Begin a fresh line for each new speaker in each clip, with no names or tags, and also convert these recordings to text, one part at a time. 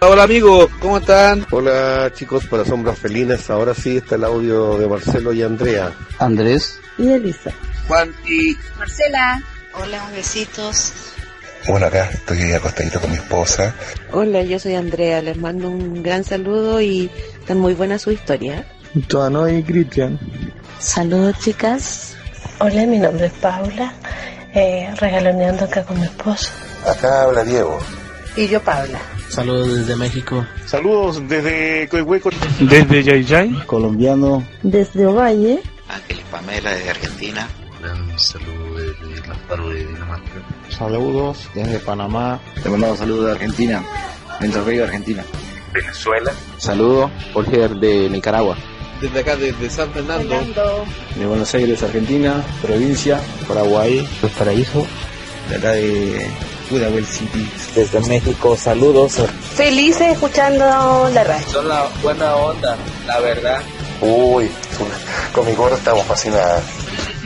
Hola amigos, ¿cómo están?
Hola chicos para Sombras Felinas, ahora sí está el audio de Marcelo y Andrea.
Andrés.
Y Elisa.
Juan y...
Marcela. Hola, un besitos.
Bueno, acá estoy acostadito con mi esposa.
Hola, yo soy Andrea, les mando un gran saludo y están muy buena su historia.
Tuano y Cristian.
Saludos chicas.
Hola, mi nombre es Paula, eh, regaloneando acá con mi esposo.
Acá habla Diego.
Y yo Paula.
Saludos desde México.
Saludos desde Coihueco.
Desde Yayay.
Colombiano.
Desde Ovalle.
Ángeles Pamela desde Argentina.
Un saludo desde Lamparo de Dinamarca.
Saludos desde Panamá.
Te mandamos saludos de Argentina. Entre Río, Argentina.
Venezuela.
Saludos, Jorge de Nicaragua.
Desde acá, desde San Fernando. Fernando.
De Buenos Aires, Argentina. Provincia. Paraguay.
Los Paraíso.
De acá de Pudahuel City.
Desde México, saludos.
Felices escuchando la radio.
Son la buena onda, la verdad.
Uy, con mi gorro estamos fascinadas.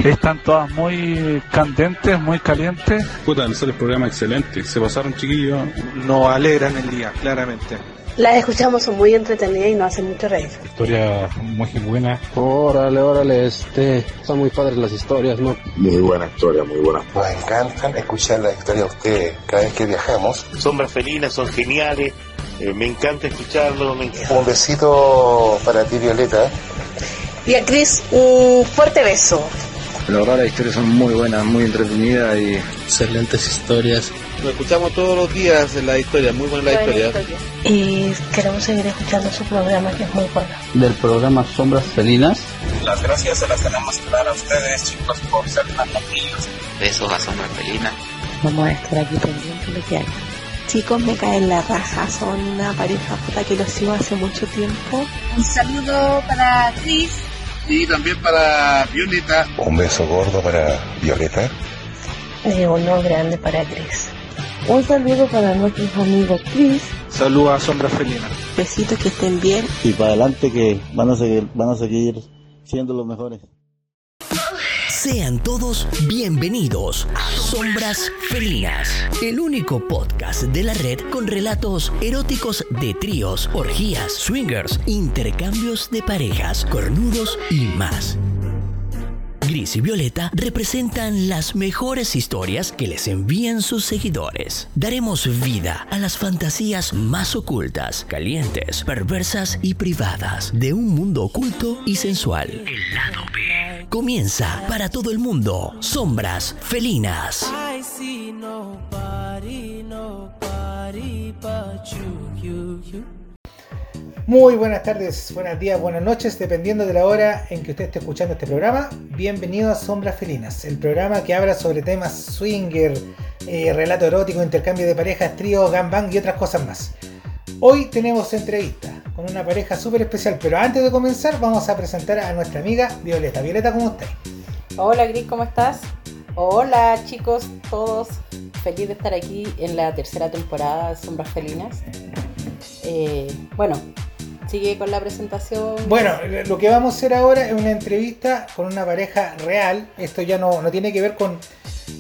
Están todas muy candentes, muy calientes.
Puta, les sale el programa excelente. Se pasaron chiquillos.
Nos alegran el día, claramente.
Las escuchamos, son muy entretenidas y nos hacen mucho reír.
Historia muy buena.
Órale, órale, este. Son muy padres las historias, ¿no?
Muy buena historia, muy buena.
Nos encantan escuchar las historias de ustedes cada vez que viajamos.
Sombras felinas, son geniales. Eh, me encanta escucharlo. Me encanta.
Un besito para ti, Violeta.
Y a Cris, un fuerte beso.
La verdad, las historias son muy buenas, muy entretenidas y.
Excelentes historias.
Lo escuchamos todos los días en la historia, muy buena la historia.
Y queremos seguir escuchando su programa que es muy bueno.
Del programa Sombras Felinas.
Las gracias se las tenemos que dar a ustedes, chicos, por ser tan amigos.
Besos a Sombras Felinas.
Vamos a estar aquí pendientes de lo que hagan. Chicos, me caen la raja, son una pareja puta que los sigo hace mucho tiempo.
Un saludo para Cris.
Y también para Violeta.
Un beso gordo para Violeta.
Y uno grande para Cris.
Un saludo para nuestros amigos Chris.
Saludos a Sombra Felina.
Besitos que estén bien.
Y para adelante que van a seguir, van a seguir siendo los mejores.
Sean todos bienvenidos a Sombras Felinas, el único podcast de la red con relatos eróticos de tríos, orgías, swingers, intercambios de parejas, cornudos y más. Gris y Violeta representan las mejores historias que les envían sus seguidores. Daremos vida a las fantasías más ocultas, calientes, perversas y privadas de un mundo oculto y sensual. El lado B. Comienza para todo el mundo. Sombras felinas.
Muy buenas tardes, buenos días, buenas noches, dependiendo de la hora en que usted esté escuchando este programa. Bienvenido a Sombras Felinas, el programa que habla sobre temas swinger, eh, relato erótico, intercambio de parejas, trío, gangbang y otras cosas más. Hoy tenemos entrevista con una pareja súper especial, pero antes de comenzar vamos a presentar a nuestra amiga Violeta. Violeta, ¿cómo estás?
Hola Gris, ¿cómo estás? Hola chicos, todos. Feliz de estar aquí en la tercera temporada de Sombras Felinas. Eh, bueno, sigue con la presentación.
Bueno, lo que vamos a hacer ahora es una entrevista con una pareja real. Esto ya no, no tiene que ver con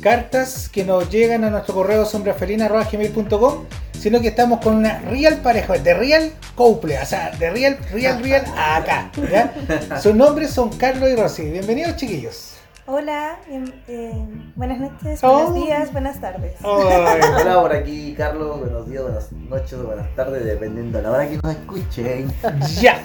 cartas que nos llegan a nuestro correo sombrafelina.com, sino que estamos con una real pareja, de real couple, o sea, de real, real, real acá. ¿ya? Sus nombres son Carlos y Rosy. Bienvenidos, chiquillos.
Hola, eh, eh, buenas noches, buenos oh. días, buenas tardes.
Oh.
Hola, por aquí Carlos, buenos días, buenas noches, buenas tardes, dependiendo de la hora que nos escuchen.
Ya.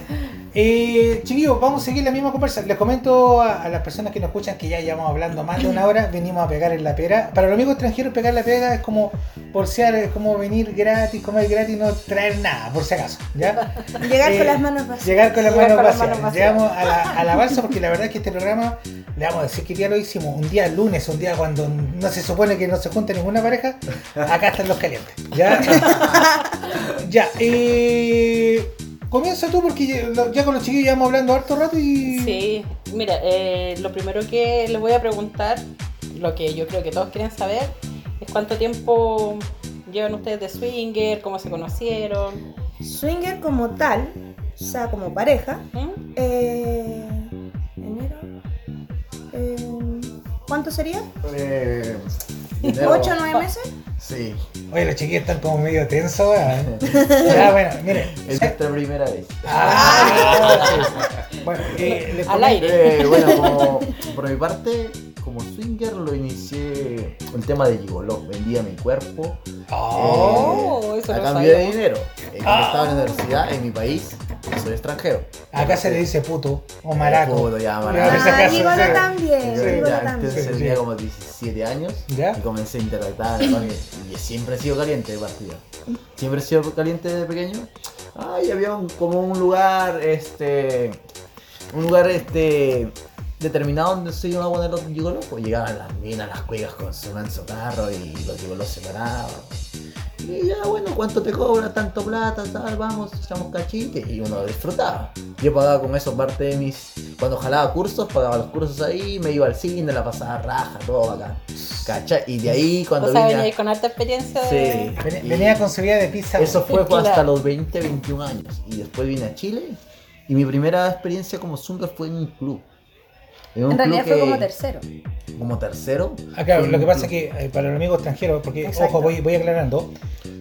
Eh, chiquillos, vamos a seguir la misma conversa. Les comento a, a, las personas que nos escuchan que ya llevamos hablando más de una hora, venimos a pegar en la pera. Para los amigos extranjeros, pegar la pega es como bolsear, es como venir gratis, comer gratis, no traer nada, por si acaso. ¿ya? Eh,
Llegar con las manos vacías.
Llegar con las manos vacías. Llegamos a la, a la balsa porque la verdad es que este programa, le vamos a decir que ya lo hicimos, un día lunes, un día cuando no se supone que no se junte ninguna pareja, acá están los calientes. Ya, ya eh, comienza tú porque ya, ya con los chiquillos llevamos hablando harto rato y...
Sí, mira, eh, lo primero que les voy a preguntar, lo que yo creo que todos quieren saber, es cuánto tiempo llevan ustedes de swinger, cómo se conocieron.
Swinger como tal, o sea, como pareja, ¿Mm? eh, enero, eh, ¿Cuánto sería?
Eh,
Ah,
¿8 o 9 meses?
Sí. Oye, los chiquillos están como medio tensos, ¿eh? weón. Ya, bueno, miren.
Es nuestra primera vez.
Bueno, eh, les
Al
comento-
aire. Eh, bueno, como, por mi parte, como swinger lo inicié el tema de gigoló. Vendía mi cuerpo
Oh, eso
a
no
cambio de
sabía.
dinero. Eh, cuando
Ah.
estaba en la universidad, en mi país, soy extranjero.
Acá se le dice puto o maraco.
Puto, ya,
Ya,
maraco.
esa casa,
Gigolo
sí.
también,
Yo
Gigolo
ya
también.
antes tenía como 17 años y comencé a interactuar con él. ah, Y siempre he sido caliente de partida. Siempre he sido caliente de pequeño. Ay, había un- como un lugar, este. Un lugar, este. Determinado donde se iban a poner los gigolos. Pues llegaban las minas, las cuigas con su manso carro y los gigolos separados. Y ya, bueno, ¿cuánto te cobra? Tanto plata, tal, vamos, echamos cachite. Y uno disfrutaba. Yo pagaba con eso parte de mis. Cuando jalaba cursos, pagaba los cursos ahí, me iba al cine, la pasaba raja, todo acá. ¿Cachai? Y de ahí, cuando
O sea,
vine. a-
venía con alta experiencia
Sí.
de...
Y
Venía con su vida de pizza.
Eso fue
Claro.
hasta los 20, 21 años. Y después vine a Chile. Y mi primera experiencia como Zunga fue en un club. En, un
En realidad
club
fue como
que-
tercero.
como tercero.
Ah, claro,
Fue
lo
un
que pasa es
club-
que eh, para los amigos extranjeros, porque,
Exacto.
ojo, voy, voy aclarando.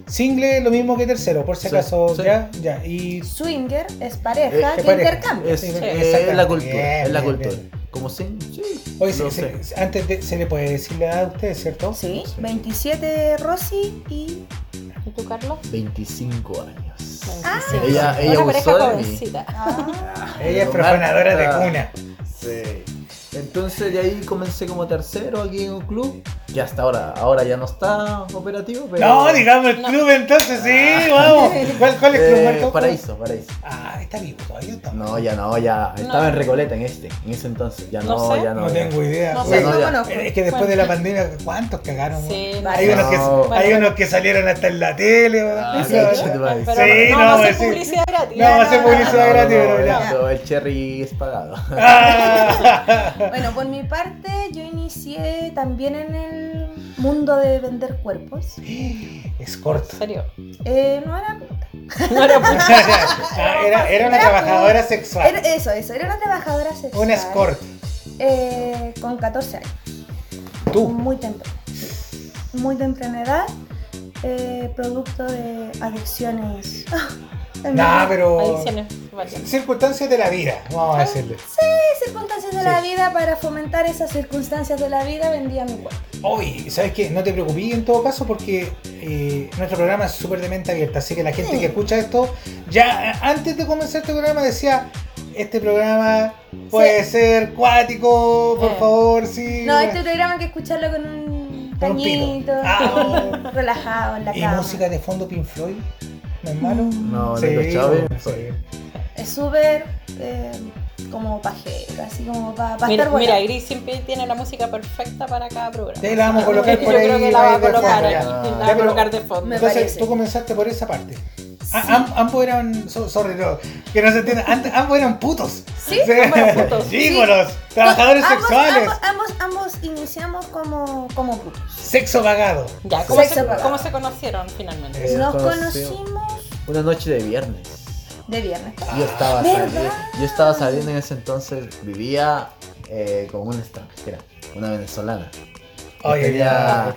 Single es lo mismo que tercero, por
Sí,
si acaso,
sí.
ya, ya. Y
Swinger es
Eh,
pareja
que
que
pareja.
intercambia.
Es,
Sí,
eh,
exactamente.
es la cultura.
Bien,
es la
bien,
cultura.
bien.
Como sin. Sí.
Oye, se-
no sé.
se- antes de- se le puede decir la edad a ustedes, ¿cierto?
Sí. 27 Rosy y.
¿Y tú, Carlos?
25 años.
Ah,
Ella,
Una
ella
pareja
abusó de mí.
jovencita.
Ah, Ella es
Pero
profanadora de
Marta-
cuna.
Sí. Entonces de ahí comencé como tercero aquí en un club. Que hasta ahora, ahora ya no está operativo, pero.
No, digamos el club entonces, sí, vamos. ¿Cuál, cuál es el club,
Ah. Eh,
Marco?
Paraíso, paraíso.
Ah, está vivo todavía. está.
No, ya no, ya estaba
No.
en Recoleta en este, en ese entonces. Ya no,
No sé.
ya no.
No
ya.
tengo idea.
Ya
Oye,
no, ya.
Es que después de la pandemia, ¿cuántos cagaron?
Sí,
weón? hay,
no.
unos que,
No.
hay unos que salieron hasta en la tele. weón.
Ah,
Sí, weón.
sí, pero-
sí,
no,
no,
no vamos a
weón,
hacer
sí.
Publicidad gratis. Ah,
No, vamos a hacer
No, no,
publicidad
no,
gratis, Ah.
no,
pero ya.
esto, el cherry es pagado.
Bueno, por mi parte, yo inicié también en el mundo de vender cuerpos.
Es corto.
¿En serio?
Eh, no era.
Ah, era, era una trabajadora sexual.
Era- eso, eso, era una trabajadora sexual.
Una escort.
Eh, con 14 años.
Tú.
Muy temprano. sí. Muy temprana edad. eh, producto de adicciones.
No, pero.
varias.
Circunstancias de la vida, vamos a decirle.
Ah, Sí, circunstancias de
Sí.
la vida. Para fomentar esas circunstancias de la vida, vendía mi cuerpo.
Oye, ¿sabes qué? No te preocupes en todo caso porque eh, nuestro programa es súper de mente abierta, así que la gente
Sí.
que escucha esto, ya eh, antes de comenzar este programa decía, este programa puede ser cuático, por favor, sí.
Eh. No, este programa hay que escucharlo con un
Con un pito. Ah, oh.
cañito, sí, relajado en la
Y
cama. Mm.
música de fondo Pink Floyd, ¿no es malo?
No,
Sí,
no lo chave.
Es súper eh, como pajero, así como para
Mira,
estar bueno.
mira, Gris siempre tiene la música perfecta para cada programa.
Te la vamos a colocar
Yo
por ahí.
creo que la va a
de
colocar
fondo,
ahí. La
ya. Ya,
va a
pero
colocar de fondo.
Entonces, tú comenzaste por esa parte. Ah, am- ambos eran. so- Sorry, no, que no se entienda. ant- ambos eran putos.
Sí, ambos eran putos.
Gígolos,
Sí.
trabajadores
Ambos-
sexuales.
Ambos, ambos, ambos iniciamos como, como putos.
Sexo vagado.
Ya, ¿cómo,
Sexo
se,
para-
cómo se conocieron finalmente?
Eh,
Nos
conocimos
conocimos
Una noche de viernes.
de viernes.
Yo estaba,
¿Verdad?
saliendo, yo estaba saliendo en ese entonces, vivía eh, con una extranjera, una venezolana. Yo
Ay, ay,
tenía,
ay.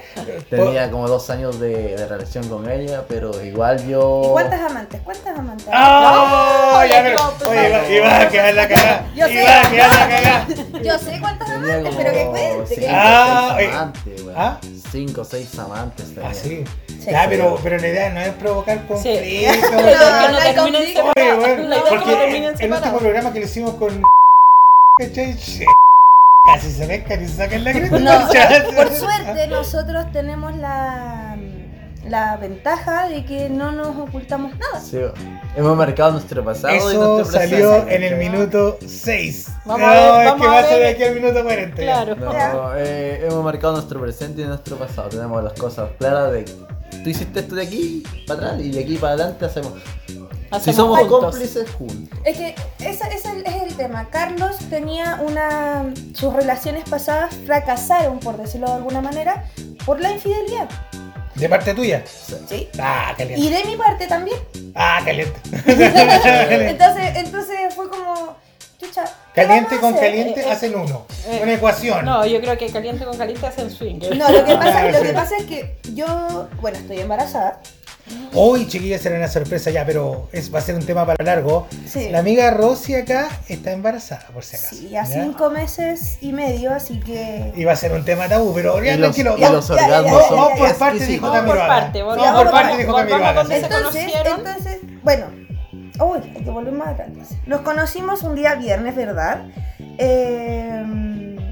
tenía como dos años de, de relación con ella, pero igual yo...
¿Y cuántas amantes? ¿Cuántas amantes?
¡Ah!
No,
ya,
oye,
pero-
no, pues,
oye,
no.
iba, iba a quedar la cagada.
Yo sé,
Iba a quedar la
no,
cagada.
Yo sé cuántas
Tenía
amantes,
como
pero que cuente.
cinco
que-
Ah,
o seis
eh.
amantes, weón.
¿Ah?
Cinco o seis amantes tenía.
Ah, sí. Ya, pero, pero la idea no es provocar conflicto.
No,
nada.
que no terminen
Oye,
separados.
bueno,
La idea es que
porque
no terminen
el
separados.
último programa que le hicimos con. ¿cachai? Casi se me casi se sacan la cresta.
No,
¿cachai?
por suerte nosotros tenemos la, la ventaja de que no nos ocultamos nada.
Sí, hemos marcado nuestro pasado y
Eso
nuestro presente.
salió en el minuto 6.
Vamos
no,
a ver,
es
vamos
que
a
va a ser de
ver.
aquí al minuto 40. ya.
No, eh, hemos marcado nuestro presente y nuestro pasado. Tenemos las cosas claras de tú hiciste esto de aquí para atrás y de aquí para adelante hacemos. si
Hacemos
somos
juntos.
cómplices juntos.
Es que ese, ese es el tema. Carlos tenía una. Sus relaciones pasadas fracasaron, por decirlo de alguna manera, por la infidelidad.
¿De parte tuya?
Sí.
Ah,
Y
caliente.
de mi parte también.
Ah, caliente.
entonces, entonces fue como.
chucha, ¿qué
Caliente
vamos
con
a hacer?
caliente
Eh, eh,
hacen uno.
Eh,
Una ecuación.
No, yo creo que caliente con caliente hacen ¿eh? swinger.
No, lo que, pasa, lo
sí.
que pasa es que yo, bueno, estoy embarazada.
Hoy, chiquillas, será una sorpresa ya, pero es, va a ser un tema para largo.
Sí.
La amiga Rosy acá está embarazada, por si acaso.
Sí, a
¿ya?
cinco meses y medio, así que.
Y va a ser un tema tabú, pero ya
Y los-
tranquilo.
y los
vamos- ya, ya, ya,
orgasmos
ya,
son
Vamos por parte,
exquisitos.
dijo
Vamos
Camilo
por
Haga.
parte,
Vamos
volvamos
por
por
parte, dijo
parte.
Camilo Haga.
Entonces, entonces, bueno, uy, hay que volver más atrás. Nos conocimos un día viernes, ¿verdad? Eh,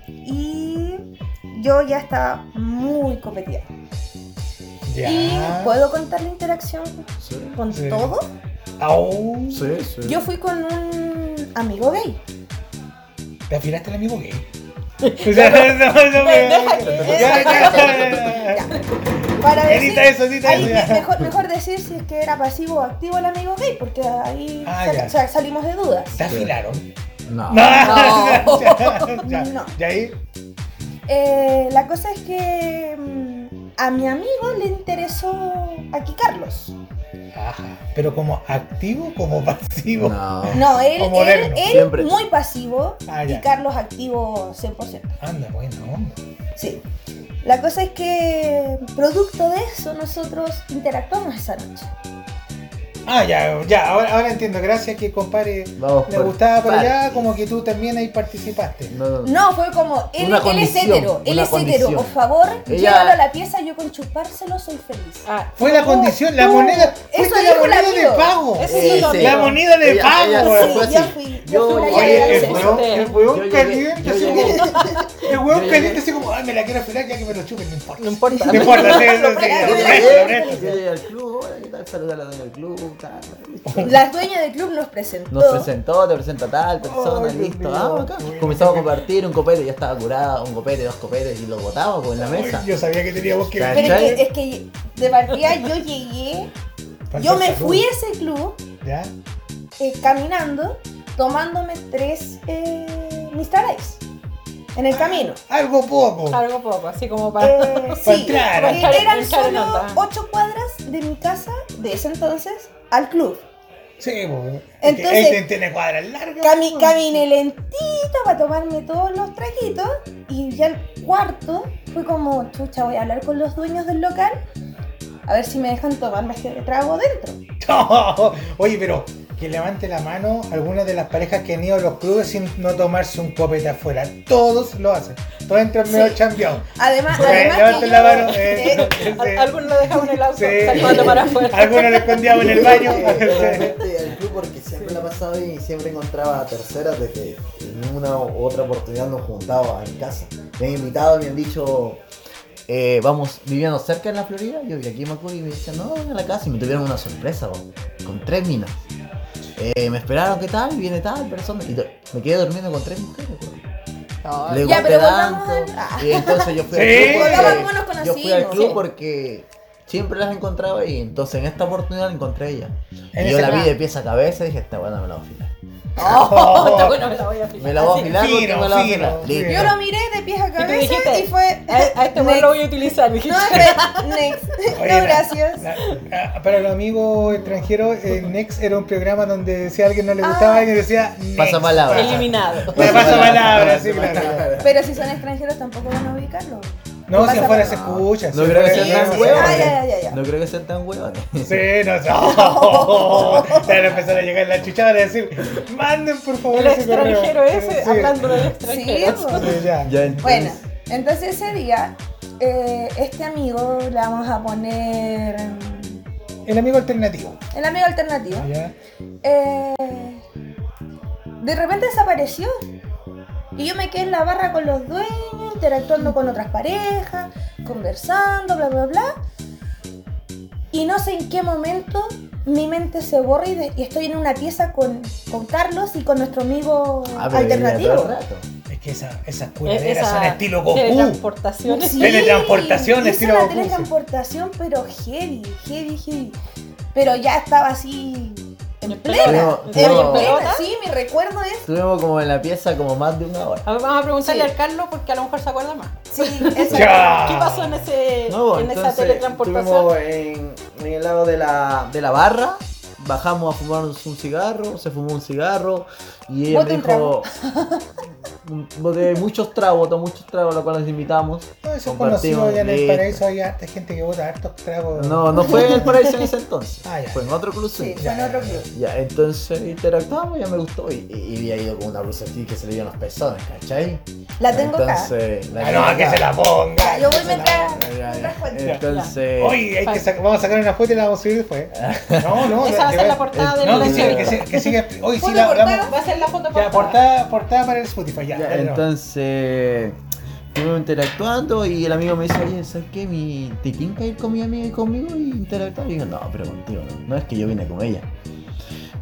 y yo ya estaba muy competida.
Ya.
Y puedo contar la interacción con
Sí.
todo.
Au.
Yo fui con un amigo gay.
¿Te afilaste el amigo gay? O sea, no, no, me- Ya, ya, ya.
Para decir,
Edita eso, edita
ahí
eso, ya.
me- mejor, mejor decir si es que era pasivo o activo el amigo gay, porque ahí
Ah,
sal-
ya.
sal- salimos de dudas.
¿Te afilaron?
No.
No. Ya,
No.
¿Y ahí?
Eh, la cosa es que mm, a mi amigo le interesó aquí Carlos.
Ajá. ¿Pero como activo o como pasivo? No,
No, él, él, él
Siempre.
muy pasivo
Ah,
y
ya.
Carlos activo 100%.
Anda, bueno, onda.
Sí. La cosa es que producto de eso nosotros interactuamos esa noche.
Ah, ya, ya, ahora, ahora entiendo. Gracias que compadre le
por
gustaba por allá,
partes.
como que tú también ahí participaste.
No, fue como, él,
Una
él es
condición,
hetero, él
una
es hetero,
condición.
por favor,
Ella-
llévalo a la pieza, yo con chupárselo soy feliz.
Ah,
Fue la condición, la moneda.
Eso
fuiste la
dijo el
moneda
amigo.
de pago.
Eso dijo el
La
amigo.
moneda de
Ella-
pago.
ella
güey.
fue Sí, así. yo fui- yo fui la
Oye, el
llave
weón,
del
el
sorteo.
weón
Yo llegué-
caliente,
yo
así
llegué.
como- El
Yo
weón
llegué.
caliente, así como, ay, me la quiero afilar, ya que me lo chupen, no importa. No importa. No
Yo
importa, sí, sí, sí, lo resto, lo resto.
llegué al club, hola, ¿qué tal? Saludar a la dueña del club, tal. listo.
La dueña del club nos presentó.
Nos presentó, te presenta tal persona,
Ay, Dios
listo.
mío.
Ah, acá. Comenzamos a compartir un copete, ya estaba curada, un copete, dos copetes y lo botaba pues, en la
Uy,
mesa.
Yo sabía que teníamos que
Pero es que, es que de partida yo llegué, yo me fui a ese club
¿Ya?
eh, caminando, tomándome tres eh, Mr. Ice en el camino.
Algo poco.
Algo poco, así como para,
para
Eh, sí, porque
entrar. Para entrar-
eran
entrar en
solo
onda.
ocho cuadras de mi casa de ese entonces al club.
Sí, pues.
Entonces-
Entonces. Tiene cuadras largas.
Cami-
pues.
caminé lentito para tomarme todos los traguitos y ya el cuarto fue como, chucha, voy a hablar con los dueños del local a ver si me dejan tomarme este trago dentro.
Oye, pero que levante la mano algunas de las parejas que han ido a los clubes sin no tomarse un copete afuera. Todos lo hacen. Todos entran medio chambeados.
Además,
Bueno,
además
levanten
que
la
yo-
mano, eh,
eh,
sí.
Algunos lo dejamos en el auto,
Sí.
salimos a tomar afuera.
Algunos lo escondíamos en el baño.
Realmente al club porque siempre la pasaba bien y siempre encontraba a terceras de que en una u otra oportunidad nos juntaba en casa. Me han invitado, me han dicho, eh, vamos, viviendo cerca en la Florida, yo vivía aquí en Macul y me decían, no, ven a la casa y me tuvieron una sorpresa po, con tres minas. Eh, me esperaron, ¿qué tal? Viene tal persona. Y do- me quedé durmiendo con tres mujeres. po. Le
ya,
gusté
pero
tanto.
volvamos al... Ah.
Y entonces yo fui
Sí.
al
Volvamos
club.
a
porque-
algunos
yo fui al
conocidos,
club
sí.
porque siempre las encontraba ahí. Entonces en esta oportunidad la encontré a ella.
En
Y yo
ese
la
club.
vi de pieza a cabeza y dije, esta buena me la voy a afilar.
Oh, está bueno, me la voy a afilar.
Me la voy a
Así.
afilar porque
Fino,
me la voy a
fino,
afilar. Listo.
Yo lo miré de pies a cabeza y,
dijiste,
fue...
A, a este weón lo voy a utilizar, dijiste.
No, next. next.
Oye,
no,
la-
gracias.
Ah, Para los amigos extranjeros, el Next era un programa donde si a alguien no le
Ah.
gustaba, alguien decía Next.
Pasa palabra.
Eliminado.
Pasa palabra, sí, claro.
Pero si son extranjeros tampoco van a ubicarlo.
No, si
Pasa
afuera se escucha.
No
si
creo que
afuera
sean
se
tan
escucha.
Ah, ya, ya, ya.
huevones. No creo que sean tan huevones.
Sí, no, no. Ya le empezaron a llegar la chuchada a decir, manden por favor
El
ese correo".
extranjero ese,
Sí.
hablando del
Sí,
extranjero.
pues.
Ya.
Bueno, entonces ese día, eh, este amigo le vamos a poner mm,
El amigo alternativo. Ah,
el amigo alternativo.
Ya.
Eh, de repente desapareció. Y yo me quedé en la barra con los dueños, interactuando con otras parejas, conversando, bla, bla, bla. Y no sé en qué momento mi mente se borra y, de- y estoy en una pieza con, con Carlos y con nuestro amigo
Ah, pero venía
alternativo.
todo el Es que esa- esas
E,
Eh,
curaderas
esa
son estilo Goku.
Teletransportación.
Sí. Teletransportación,
hizo
estilo
una
Goku, sí.
teletransportación, pero heavy, heavy, heavy. Pero ya estaba así en plena.
pelota.
en
Yo-
plena, Sí, mi recuerdo es
Estuvimos como en la pieza como más de una hora.
A ver, vamos a preguntarle
Sí.
al Carlos porque a lo mejor se acuerda más.
Sí,
Ya.
¿Qué pasó en, ese,
No,
en esa
entonces,
teletransportación?
estuvimos en, en el lado de la, de la barra, bajamos a fumarnos un cigarro, se fumó un cigarro y él
Bote un
dijo Mm, de muchos tragos, tomó muchos tragos, a los cuales les invitamos.
No, eso es conocido ya en el
listo.
paraíso, hay harta gente que vota hartos tragos.
No, no fue en el paraíso en ese entonces.
Ah, ya.
Fue en otro club.
Sí, fue en otro club.
Ya, entonces interactuamos, ya me gustó. Y, y, y había ido con una blusa así que se le dio en los pezones, ¿cachai?
La tengo acá.
entonces,
Ah, no, que se la ponga.
Yo voy mientras.
Entonces.
Oye, hay que sac- vamos a sacar una foto y la vamos a subir después. No, no,
Esa va a
que
ser la portada del
Eh, No, que,
libro.
sí, que, sí, que siga. Hoy sí
Foto
la
portada,
hablamos.
Va a ser la foto
Ya, portada, portada para el Spotify, ya. dale, no.
Entonces, estuvimos interactuando y el amigo me dice, oye, ¿sabes qué? Mi, ¿Te tinca ir con mi amiga y conmigo y interactuar? Y yo, no, pero contigo no. No es que yo vine con ella.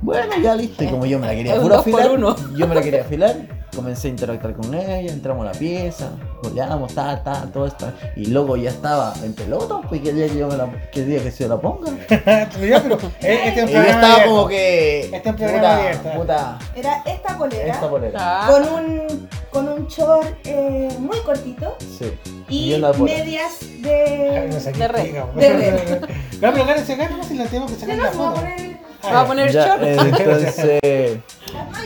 Bueno, ya listo. Y como yo me la
Es
quería
un
puro
dos por
afilar,
uno.
yo me la quería afilar. Comencé a interactuar con ella, entramos a la pieza, volamos, ta, ta, todo esto. Y luego ya estaba en pelota, pues que día que yo me la, que día que se la ponga.
Ya, pero, eh, este es
Y
Este un
yo
programa
estaba
abierto.
como que.
Este es un programa
puta,
abierto.
puta,
Era esta polera.
Esta polera. Ah.
Con un, con un short eh, muy cortito.
sí.
Y,
yo la puta.
medias de.
Nos aquí pica, güey.
de red.
No, pero gánense, gánense si la tenemos que sacar
No,
la
se va a
foto.
poner-
Ah, ya.
Ya, Entonces,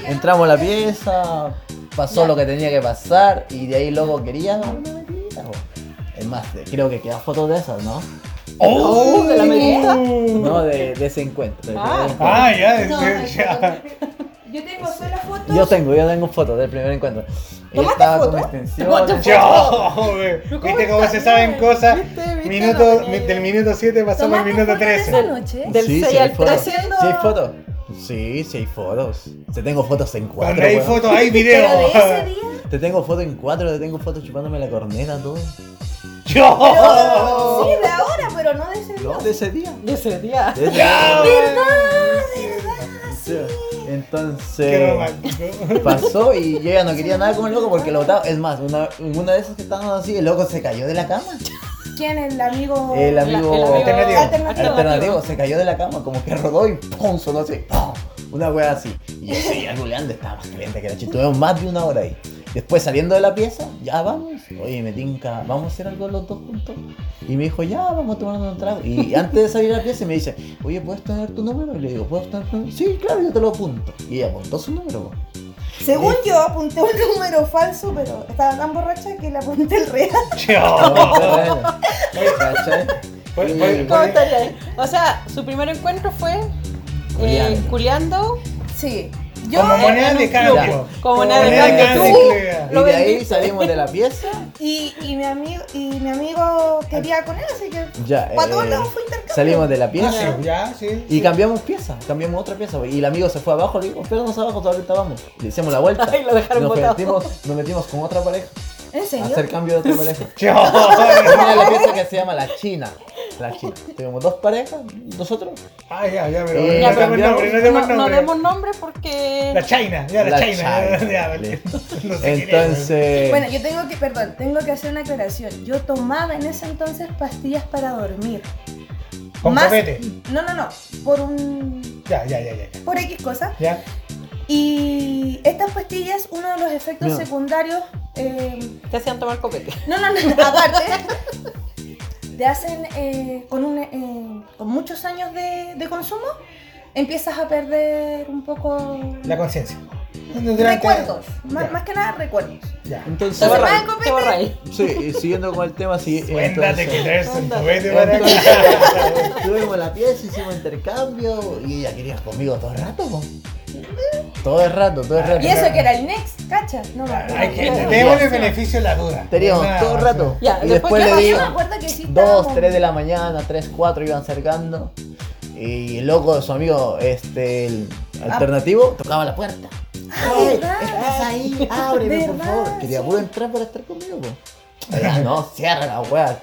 entramos a la pieza, pasó lo que tenía que pasar y de ahí luego quería una metidita, po. Es más, de- creo que quedan fotos de esas, ¿no?
¡Oh!
¿De la medida?
No, de, de ese encuentro. de
Ah.
ese encuentro.
Ah, ya, es-
No,
ya.
Yo tengo solo fotos.
Yo tengo, yo tengo fotos del primer encuentro. Ella
¿Tomaste
estaba con
foto?
extensiones.
Yo, güey. ¿Viste cómo se saben cosas? Minuto, mi- del minuto 7 pasamos al
¿Tomaste
minuto
fotos de
13.
esa noche?
Del
sí,
6
sí hay
al
fotos.
13.
Sí hay fotos. Sí, sí hay fotos. Te tengo fotos en cuatro.
Cuando hay
weón.
fotos, hay video.
Pero de ese día.
Te tengo fotos en cuatro, te tengo fotos chupándome la corneta, todo.
Pero- sí, de ahora, pero no de ese día.
No, de ese día.
De ese día.
De ese
Ya,
día.
¿Verdad?
Sí.
Qué
Entonces
romántico.
pasó y yo ya no quería nada con el loco porque lo botaba. Es más, una, en una de esas que estábamos así, el loco se cayó de la cama.
¿Quién? El amigo.
El amigo,
Alternativo.
alternativo. se cayó de la cama, como que rodó y ¡pum! sonó así. ¡pum! Una wea así. Y yo seguía googleando, estaba más caliente que la chica. Estuvimos más de una hora ahí. Después saliendo de la pieza, ya vamos. Oye, me tinca, vamos a hacer algo los dos juntos. Y me dijo, ya, vamos a tomarnos un trago. Y antes de salir a la pieza me dice, oye, ¿puedes tener tu número? Y le digo, ¿puedes tener tu número? Sí, claro, yo te lo apunto. Y ella apuntó su número. po.
Según yo, apunté un número falso, pero estaba tan borracha que le apunté el real.
¿Cachai?
Fue-
Y-
fue-
¿Cómo estaría ahí? O sea, su primer encuentro fue eh,
Culeando.
culeando
Sí.
Yo
Como moneda
en
de
un
cambio.
club. Como moneda de
Moneda de
cambio.
cambio,
Tú
incluida.
lo
y de ahí
vendiste.
salimos de la pieza.
Y, y mi amigo y mi amigo quería con él, así que
Ya,
para todos
eh,
lados fue intercambio.
salimos de la
Ah,
pieza.
sí, ya, sí.
Y cambiamos pieza, cambiamos otra pieza, güey. Y el amigo se fue abajo, le digo, espéranos abajo, todavía estábamos. Le hicimos la vuelta.
Ay, lo dejaron
nos,
botado.
metimos, nos metimos con otra pareja.
¿En
A
serio?
hacer cambio de otra pareja.
Yo.
Una de la pieza que se llama La China. La China. Tuvimos dos parejas, nosotros.
Ah, ya, ya, pero.
Eh,
no
Ya,
pero
demos nombre, no demos
no, no
nombre.
demos nombre porque.
La China, ya, la,
La
China.
China.
ya,
Listo.
no sé quién es,
Entonces.
Bueno, yo tengo que, perdón, tengo que hacer una aclaración. Yo tomaba en ese entonces pastillas para dormir.
güey. Con copete.
No, no, no. Por un.
Ya, ya, ya, ya. ya.
Por X cosa.
Ya.
Y estas pastillas, uno de los efectos
No.
secundarios. eh,
Te hacían tomar copete.
no, no, no, aparte. te hacen eh, con, un, eh, con muchos años de, de consumo, empiezas a perder un poco.
La conciencia. Durante-
Recuerdos.
Ya.
Más, más que nada recuerdos.
Ya.
Te
Entonces.
borráis.
el copete.
Te borráis.
Sí, y siguiendo con el tema, sí.
Cuéntate que
entonces-
traes un
Anda.
copete para acá.
Entonces, Estuvimos en la pieza, hicimos intercambio y ella quería conmigo todo el rato, po. Todo el rato, todo el rato.
Y eso que era el next, cacha. No me acuerdo.
Hay que démosle el beneficio de la duda.
Teníamos
Nada,
todo el rato.
Ya,
y
después
después,
ya
le
Yo
digo,
me acuerdo que sí.
2,
estábamos-
3 de la mañana, 3, 4 iban cercando. Y el loco, su amigo, este, el alternativo, tocaba la puerta.
Ah. Ay, ¿verdad?
estás ahí, ábreme, por
¿Verdad?
favor. Quería
Sí.
puro entrar para estar conmigo, po. Ay, No, cierra la wea.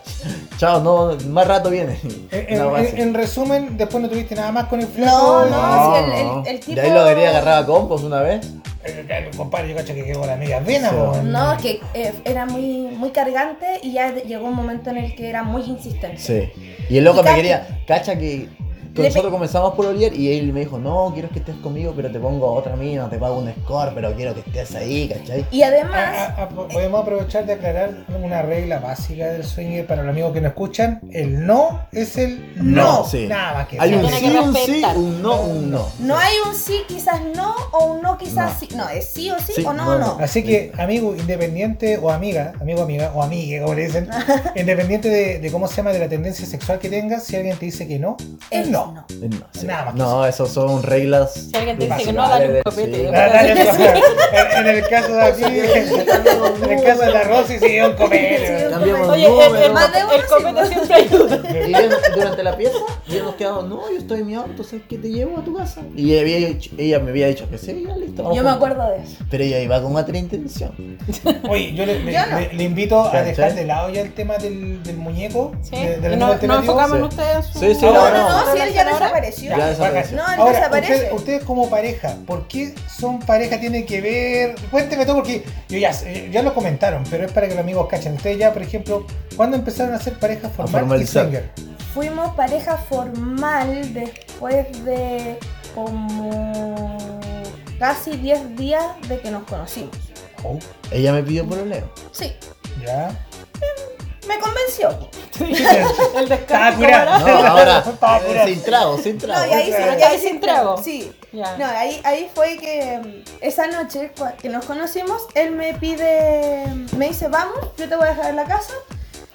Chao, no, más rato viene.
En,
Una
en-
wea así.
en- en resumen, después no tuviste nada más con el
No,
flaco.
no, sí, el- el- el
De ahí
tipo-
lo quería agarrar a compos una vez.
Eh, claro, compadre, yo cacho que quedó la media vena,
Sí.
po.
No, que eh, era muy, muy cargante y ya de- llegó un momento en el que era muy insistente.
Sí. Y el loco
Y
me
cacha.
quería. Cacha que Que nosotros comenzamos por Oliver y él me dijo, no, quiero que estés conmigo, pero te pongo otra mina, te pago un score, pero quiero que estés ahí, ¿cachai?
Y además,
Ah, po- Podemos aprovechar de aclarar una regla básica del swinger para los amigos que no escuchan. El no es el no.
No, sí.
Nada más que
Hay
eso.
un sí, un sí, un no, un no.
no hay un sí, quizás no, o un no, quizás sí. No, es sí o sí, o no, o no.
Así que, amigo independiente o amiga, amigo, amiga o amigue, como le dicen, independiente de, de cómo se llama, de la tendencia sexual que tengas, si alguien te dice que no, es no.
No, sí.
Nada más que
no esos son reglas. Si
alguien te dice que no, dale un copete.
Dale, dale, en el caso de aquí, en el caso de la Rosy, sí, un comer.
Cambiamos
Oye, el-
eh,
el-
número.
el copete siempre ayuda.
Y bien, durante la pieza, y él nos quedaba, no, yo estoy en mi auto, ¿sabes qué? Te llevo a tu casa. Y había dicho- ella me había dicho que sí, ya listo. vamos
Yo me
juntos.
acuerdo de eso.
Pero ella iba con otra intención.
Oye, yo le, le-
Yo no.
le- le invito a
¿Cachai?
dejar de lado ya el tema del, del muñeco.
Y
de- de la
no-
nueva
no
alternativa.
enfocamos en ustedes.
Sí, sí,
Ahora,
no,
no,
no.
No, si él ya desapareció.
Ya desapareció.
No, él
Ahora,
desaparece.
Ustedes, ustedes como pareja, ¿por qué son pareja? Tiene que ver. Cuénteme todo porque yo ya, sé, ya lo comentaron, pero es para que los amigos cachen. Ustedes ya, por ejemplo, ¿cuándo empezaron a ser pareja formal y
formalizar.
swinger?
Fuimos pareja formal después de como casi 10 días de que nos conocimos.
Oh. Ella me pidió problema.
Sí,
Ya.
me convenció.
El
Estaba
descanso.
curado.
No, ahora,
Estaba
eh,
curado.
sin trago,
No, y
sin trago.
ahí, sí,
Otra vez.
y ahí
Sin
sí-
trago.
Sí.
Ya.
No, ahí, ahí fue que mm, esa noche cua- que nos conocimos, él me pide, mm, me dice, vamos, yo te voy a dejar en la casa.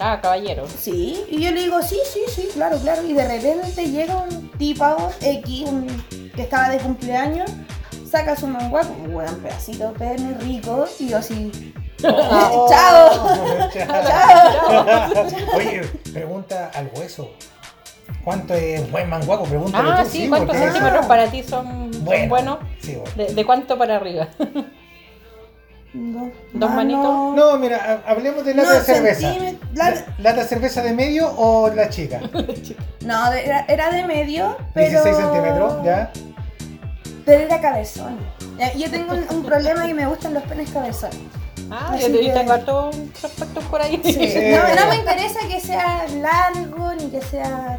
Ah, caballero.
Sí. Y yo le digo, sí, sí, sí, claro, claro. Y de repente llega un tipo X, un- que estaba de cumpleaños, saca su manguaco, un buen pedacito de pene rico, y yo así,
Oh.
chao.
Oye, pregunta al hueso. ¿Cuánto es buen manguaco? Pregúntale
Ah,
tú,
sí, ¿cuántos
porque-
centímetros para ti son son
Bueno.
buenos?
Sí, bueno.
¿De, de cuánto para arriba?
Dos,
¿Dos manitos?
No, mira, ha- hablemos de lata
Ah, No,
de cerveza.
centímet-
La-
la-
¿Lata de cerveza de medio o la chica?
No, de- era, era de medio, pero...
16 centímetros, ¿ya?
Pero era cabezón. Ya, Yo tengo un, un problema y me gustan los penes cabezón.
Ah,
Así
yo te- yo
que-
tengo hartos prospectos por ahí.
Sí. No, no me interesa que sea largo ni que sea.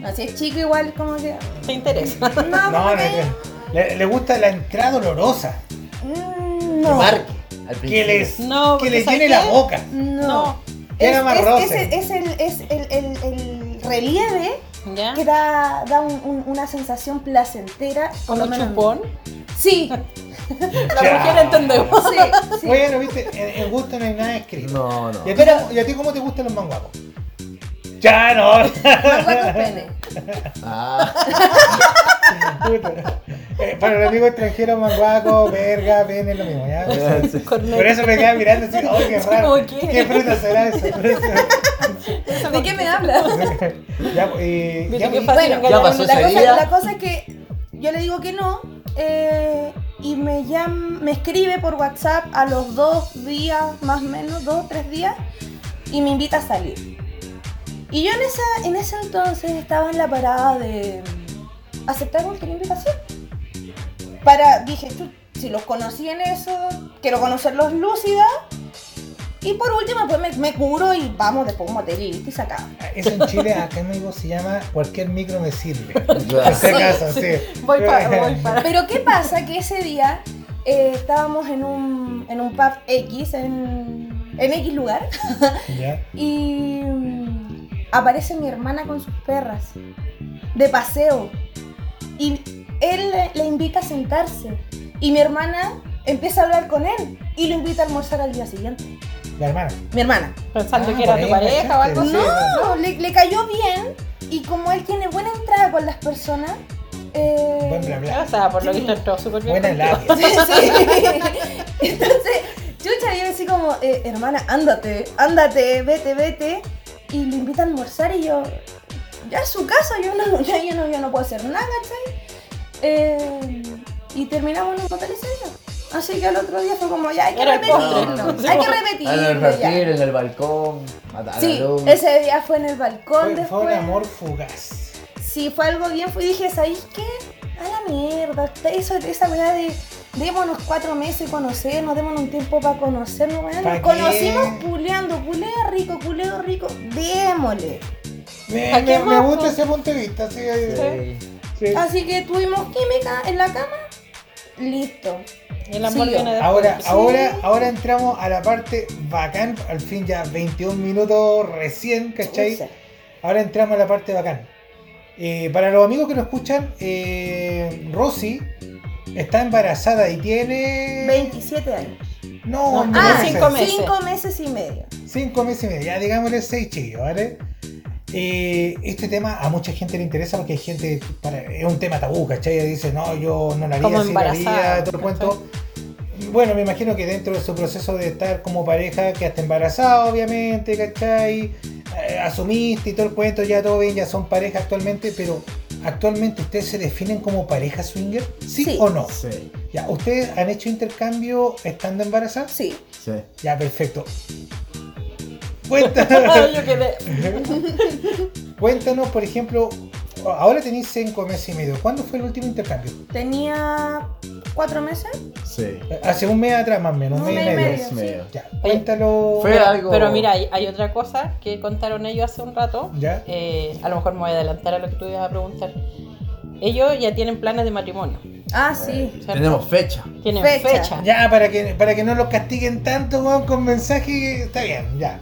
No, si es chico, igual como que.
¿Te interesa?
No,
No,
como
no,
que-
no. le, le gusta la entrada olorosa.
Mm,
Que
no.
marque. al
Que,
principio.
les,
No,
que le
porque
llene
¿sabes
la
qué?
boca.
No.
Que haga
Es-
más
es-
roce.
es- es el, es el- el- el relieve
¿Ya?
que da, da un- un- una sensación placentera. por
¿Con
lo
un
menos a mí.
chupón?
Sí,
La
Ya.
mujer entendemos.
sí, sí.
Bueno, viste, en, en gusto no hay nada escrito.
No, no.
¿Y, a ti, cómo- y a ti cómo te gustan los manguacos? Ya no.
Manguaco pene.
Ah,
Puta. Eh, para los amigos extranjeros, manguaco, verga, ven, es lo mismo, ¿ya?
sí.
Por eso me quedaba mirando así, ¡ay, qué raro!
como que-
¿Qué fruta será esa?
¿De qué me hablas?
ya, eh,
Viste
ya,
qué
pues,
fácil
Bueno,
engañar a
ya pasó
un-
la,
ese
cosa,
día.
la cosa es que yo le digo que no eh, y me llama, me escribe por WhatsApp a los dos días, más o menos, dos o tres días, y me invita a salir. Y yo en, esa, en ese entonces estaba en la parada de aceptar cualquier invitación. Para, dije, "Chu, si los conocí en eso, quiero conocerlos lúcida. Y por último, pues me, me curo y vamos después a un motel y listo, y se acaba.
Eso en Chile, acá en México se llama cualquier micro me sirve.
ya.
Por si acaso, sí.
Voy para, voy para.
Pero ¿qué pasa? Que ese día eh, estábamos en un, en un pub X, en, en X lugar,
Ya.
y mm, aparece mi hermana con sus perras, de paseo, y él le, le invita a sentarse, y mi hermana empieza a hablar con él, y lo invita a almorzar al día siguiente.
La hermana.
Mi hermana.
Pensando
Ah,
que era
por
tu
ahí,
pareja o algo así.
¿cachaste?
No, le, le cayó bien, y como él tiene buena entrada con las personas, eh,
Buen bla bla.
O sea, Ah, por lo visto entró súper bien.
Buena
contigo.
labia.
Sí, sí. Entonces, Chucha, yo así como, eh, hermana, ándate, ándate, vete, vete. Y le invita a almorzar y yo, ya es su casa, yo no, ya- yo no, yo no puedo hacer nada, ¿cachai? Eh, y terminamos en un hotel serio. Así que al otro día fue como, ya hay que
Era el
repetirlo,
postre.
hay que
En el
repetirlo ya.
retiro, en el balcón, a la
Sí,
luz.
ese día fue en el balcón
Fue,
después.
fue un amor fugaz.
Sí, fue algo bien, fui y dije, ¿sabéis qué? A la mierda, eso, esa weá de démonos cuatro meses conocernos, démonos un tiempo para conocernos, weón.
¿Pa'
Nos
qué?
conocimos culeando, culeo rico, culeo rico, démosle.
Me,
¿A qué
me-
más,
me
po?
gusta ese punto de vista, sí. sí.
Ah,
Así que tuvimos química en la cama. Listo.
El amor viene después.
Ahora,
Sí.
ahora, ahora entramos a la parte bacán, al fin ya 21 minutos recién, ¿cachai?
Chucha.
Ahora entramos a la parte bacán. Eh, para los amigos que nos escuchan, eh, Rosy está embarazada y tiene...
27 años.
No, no,
ah,
no sé.
5 meses. 5 meses y medio.
5 meses y medio, ya digámosle 6 chillos, ¿vale? Eh, este tema a mucha gente le interesa porque hay gente, para- es un tema tabú, ¿cachai? Dice, no, yo no la haría,
Como
sí la
embarazada,
haría, todo el cuento. Bueno, me imagino que dentro de su proceso de estar como pareja, que hasta embarazada, obviamente, ¿cachai? Eh, asumiste y todo el cuento, ya todo bien, ya son pareja actualmente, pero actualmente ustedes se definen como pareja swinger, ¿sí, o no?
Sí.
Ya, ¿ustedes han hecho intercambio estando embarazadas?
Sí.
Sí.
Ya, perfecto. Cuenta-
Yo quedé.
Cuéntanos, por ejemplo, ahora tenéis 5 meses y medio. ¿Cuándo fue el último intercambio?
Tenía 4 meses.
Sí.
Hace un mes atrás, más o menos. Un mes y medio. Ya, cuéntalo.
Oye, Pero mira, hay, hay otra cosa que contaron ellos hace un rato.
Ya.
Eh, a lo mejor me voy a adelantar a lo que tú ibas a preguntar. Ellos ya tienen planes de matrimonio.
Ah, sí.
Tenemos fecha.
Tienen fecha.
Ya, para que, para que no los castiguen tanto, weón, con mensaje, está bien, ya.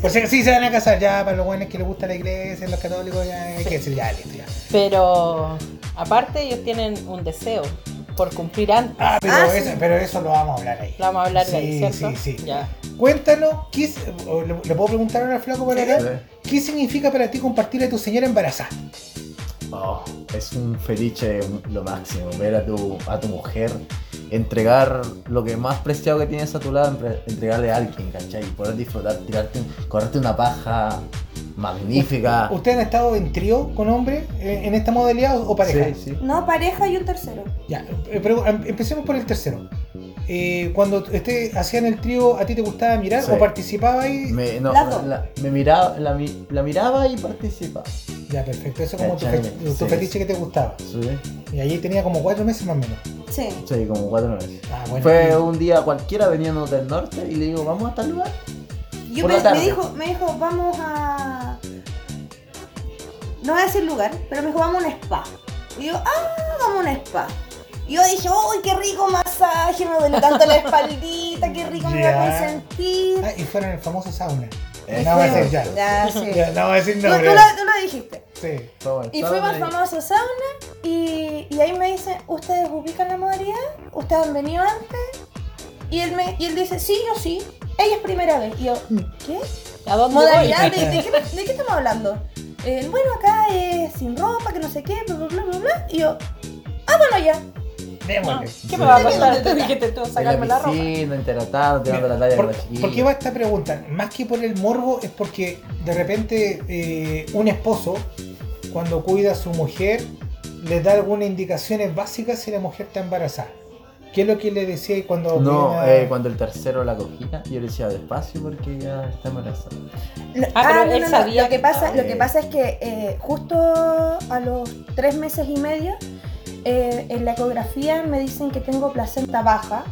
Por si sí se van a casar, ya, para los buenos que les gusta la iglesia, los católicos, ya, hay que decir, ya, listo, ya.
Pero aparte ellos tienen un deseo por cumplir antes.
Ah, pero, eso, pero eso lo vamos a hablar ahí.
Lo vamos a hablar de ahí,
Sí,
¿cierto?
sí, sí.
Ya.
Cuéntanos, ¿qué es- o le, le puedo preguntar ahora al flaco para acá? ¿Qué significa para ti compartir a tu señora embarazada?
Oh, es un fetiche lo máximo. Ver a tu, a tu mujer entregar lo que más preciado que tienes a tu lado, entre- entregarle a alguien, ¿cachai? Poder disfrutar, tirarte, un- correrte una paja magnífica.
¿Ustedes han estado en trío con hombre eh, en esta modalidad o o pareja?
Sí, sí.
No, pareja y un tercero.
Ya, eh, pero em- empecemos por el tercero. Eh, cuando este, hacían el trío, ¿a ti te gustaba mirar
Sí.
o participaba ahí?
Me, no,
Las dos.
la- me miraba, la, mi- la miraba y participaba.
Ya, perfecto. Eso como tu,
Cachai,
fe- tu
sí.
fetiche que te gustaba.
Sí,
Y ahí tenía como cuatro meses más o menos. Ah,
Sí.
sí, como cuatro meses.
bueno.
Fue un día cualquiera veniendo del norte y le digo, vamos a tal lugar.
Yo
Por
me,
la tarde.
me dijo, me dijo, vamos a. No voy a decir lugar, pero me dijo, vamos a un spa. Y yo, ah, vamos a un spa. Y yo dije, uy, qué rico masaje, me duele tanto la espaldita, qué rico me va a
Ya.
consentir.
Ah, y fueron el famoso sauna.
Eh,
no voy a
fue-
decir ya.
Ya, sí.
Ya, no voy a decir
Tú, tú
nombre.
lo, tú lo dijiste.
Sí.
Y fuimos
Estaba ahí.
famosos a sauna y, y ahí me dice, ¿ustedes ubican la modalidad? ¿Ustedes han venido antes? Y él, me, y él dice, sí, yo sí. Ella es primera vez. Y yo, ¿qué?
¿A dónde
Modalidad,
voy?
¿de, de qué, de qué estamos hablando? Eh, bueno, acá es sin ropa, que no sé qué, bla, bla, bla, bla, bla. Y yo, ah, bueno, ya.
Démosle.
¿Qué me va a costar? Tú dijiste tú, sacarme
En la
la ropa.
piscina, interactando, tirando la talla con la chiquilla.
¿Por qué va esta pregunta? Más que por el morbo, es porque de repente eh, un esposo, cuando cuida a su mujer, le da algunas indicaciones básicas si la mujer está embarazada. ¿Qué es lo que le decía ahí cuando.?
No,
cuida-
eh, cuando el tercero la cogía, yo le decía despacio porque ya está embarazada.
No,
Ah, pero él sabía
Lo que
que
pasa,
estaba.
lo que pasa es que eh, justo a los tres meses y medio, eh, en la ecografía me dicen que tengo placenta baja.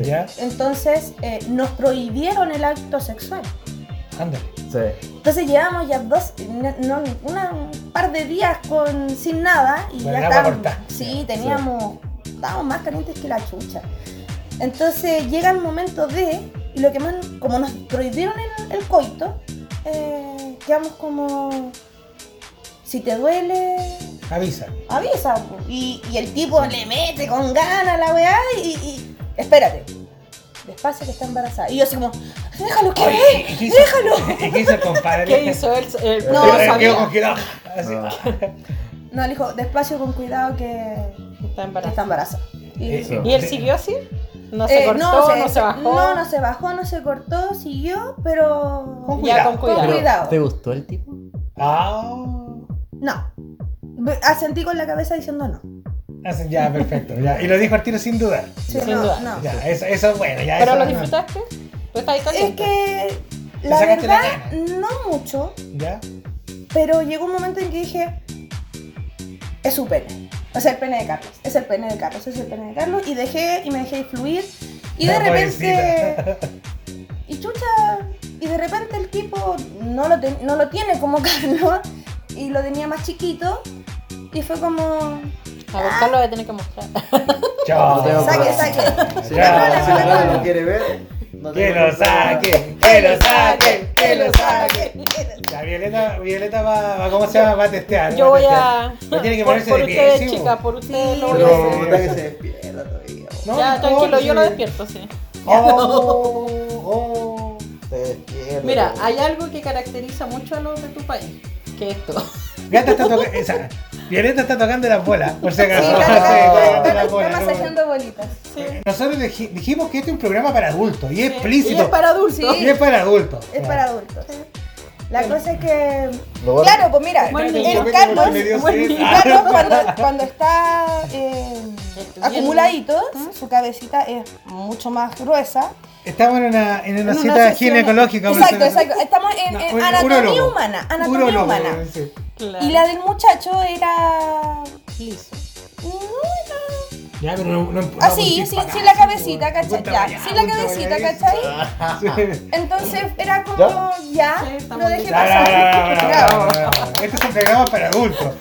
¿Ya?
Entonces eh, nos prohibieron el acto sexual.
Ándale.
Sí.
Entonces llevamos ya dos, no- no, una- un par de días con, sin nada y
Con
ya
el agua
estábamos,
corta.
sí, teníamos, estábamos más calientes que la chucha. Entonces llega el momento de, y lo que más, como nos prohibieron el, el coito, eh, quedamos como, si te duele,
Avisa.
avisa. po. Y, y el tipo le mete con ganas la weá y, y- espérate. Despacio que está embarazada. Y yo así como, déjalo, que
Oye,
ve,
¿y qué hizo?
déjalo.
¿Y qué hizo el compadre?
¿Qué hizo él? eh, El-
No,
Quedó-
sabía.
quedó congelado. Así.
No, le dijo, despacio con cuidado que que
Está embarazada.
está embarazada. Y-
Eso.
¿Y él siguió así? ¿No se
Eh,
cortó? ¿No se, bajó?
No, no se bajó, no se cortó, siguió, pero.
Con
Ya,
cuidado.
con cuidado.
Con
Pero,
cuidado.
¿Te gustó el tipo?
Ah.
No. Ve- Asentí con la cabeza diciendo no.
Hacen- Ya, perfecto. Ya. Y lo dijo al tiro sin dudar.
Sí,
Sin
no,
duda.
no.
Ya, eso, eso es bueno. Ya,
¿Pero
eso
lo
no-
disfrutaste? ¿Tú estabas ahí
Es
caliente?
que.
Te
La
sacaste la
verdad, no mucho,
¿Ya?
pero llegó un momento en que dije. Es su pene. O sea, el pene de Carlos. Es el pene de Carlos, es el pene de Carlos. Y dejé, y me dejé fluir. Y de
Ah,
repente.
pobrecita.
Y chucha, y de repente el tipo no lo, te- no lo tiene como Carlos y lo tenía más chiquito y fue como...
A
ah.
Gonzalo voy a tener que mostrar.
Chao.
Saque, saque.
Ya,
Hola,
si
hola,
no,
hola.
no
quiere ver.
Que lo saquen, que lo saquen, que lo saquen. Ya, Violeta, Violeta va, va, ¿cómo se llama? Va a testear. va
Yo voy
testear.
a.
No tiene que
por,
ponerse
por
de pie,
ustedes,
sí, vos.
chicas, por ustedes lo voy a
No,
hacer.
puta que
se despierta todavía.
No,
Ya,
no,
tranquilo, yo lo
sí.
despierto, sí.
Oh,
Mira, hay algo que caracteriza mucho a los de tu país, que es esto.
Gata está toca- esa- Violeta está tocando las bolas, por si acaso.
Sí,
Sí,
claro,
está
claro,
tocando
claro,
las
está
bolas.
masajeando bolitas.
Nosotros dij- dijimos que este es un programa para adultos y es explícito.
y es para adultos.
Y es para adultos.
Es para adultos. La cosa es que.
Lo bueno-
Claro, pues mira,
Buen
el
niño.
Carlos,
Me dio
buen
sed.
niño. Carlos cuando, cuando está eh, acumuladito,
¿Ah?
su cabecita es mucho más gruesa.
Estamos en una, en una
En
cita
una sesión-
ginecológica. por
Exacto,
si acaso.
exacto. Estamos en, en
un
anatomía
urólogo.
humana. Anatomía
Urólogo, eh.
humana.
sí.
Y la del muchacho era.
Liso.
Ya, pero
Ah,
no, no, no
Así, sin, sin
pues,
la cabecita, ¿cachai?
Punta
Ya,
para allá,
sin la
punta
cabecita,
para
¿cachai?
Sí.
Entonces era como, ya, lo dejé
Bla, bla, bla,
pasar.
bla,
Ya.
bla, bla, bla. Este es un programa para adultos.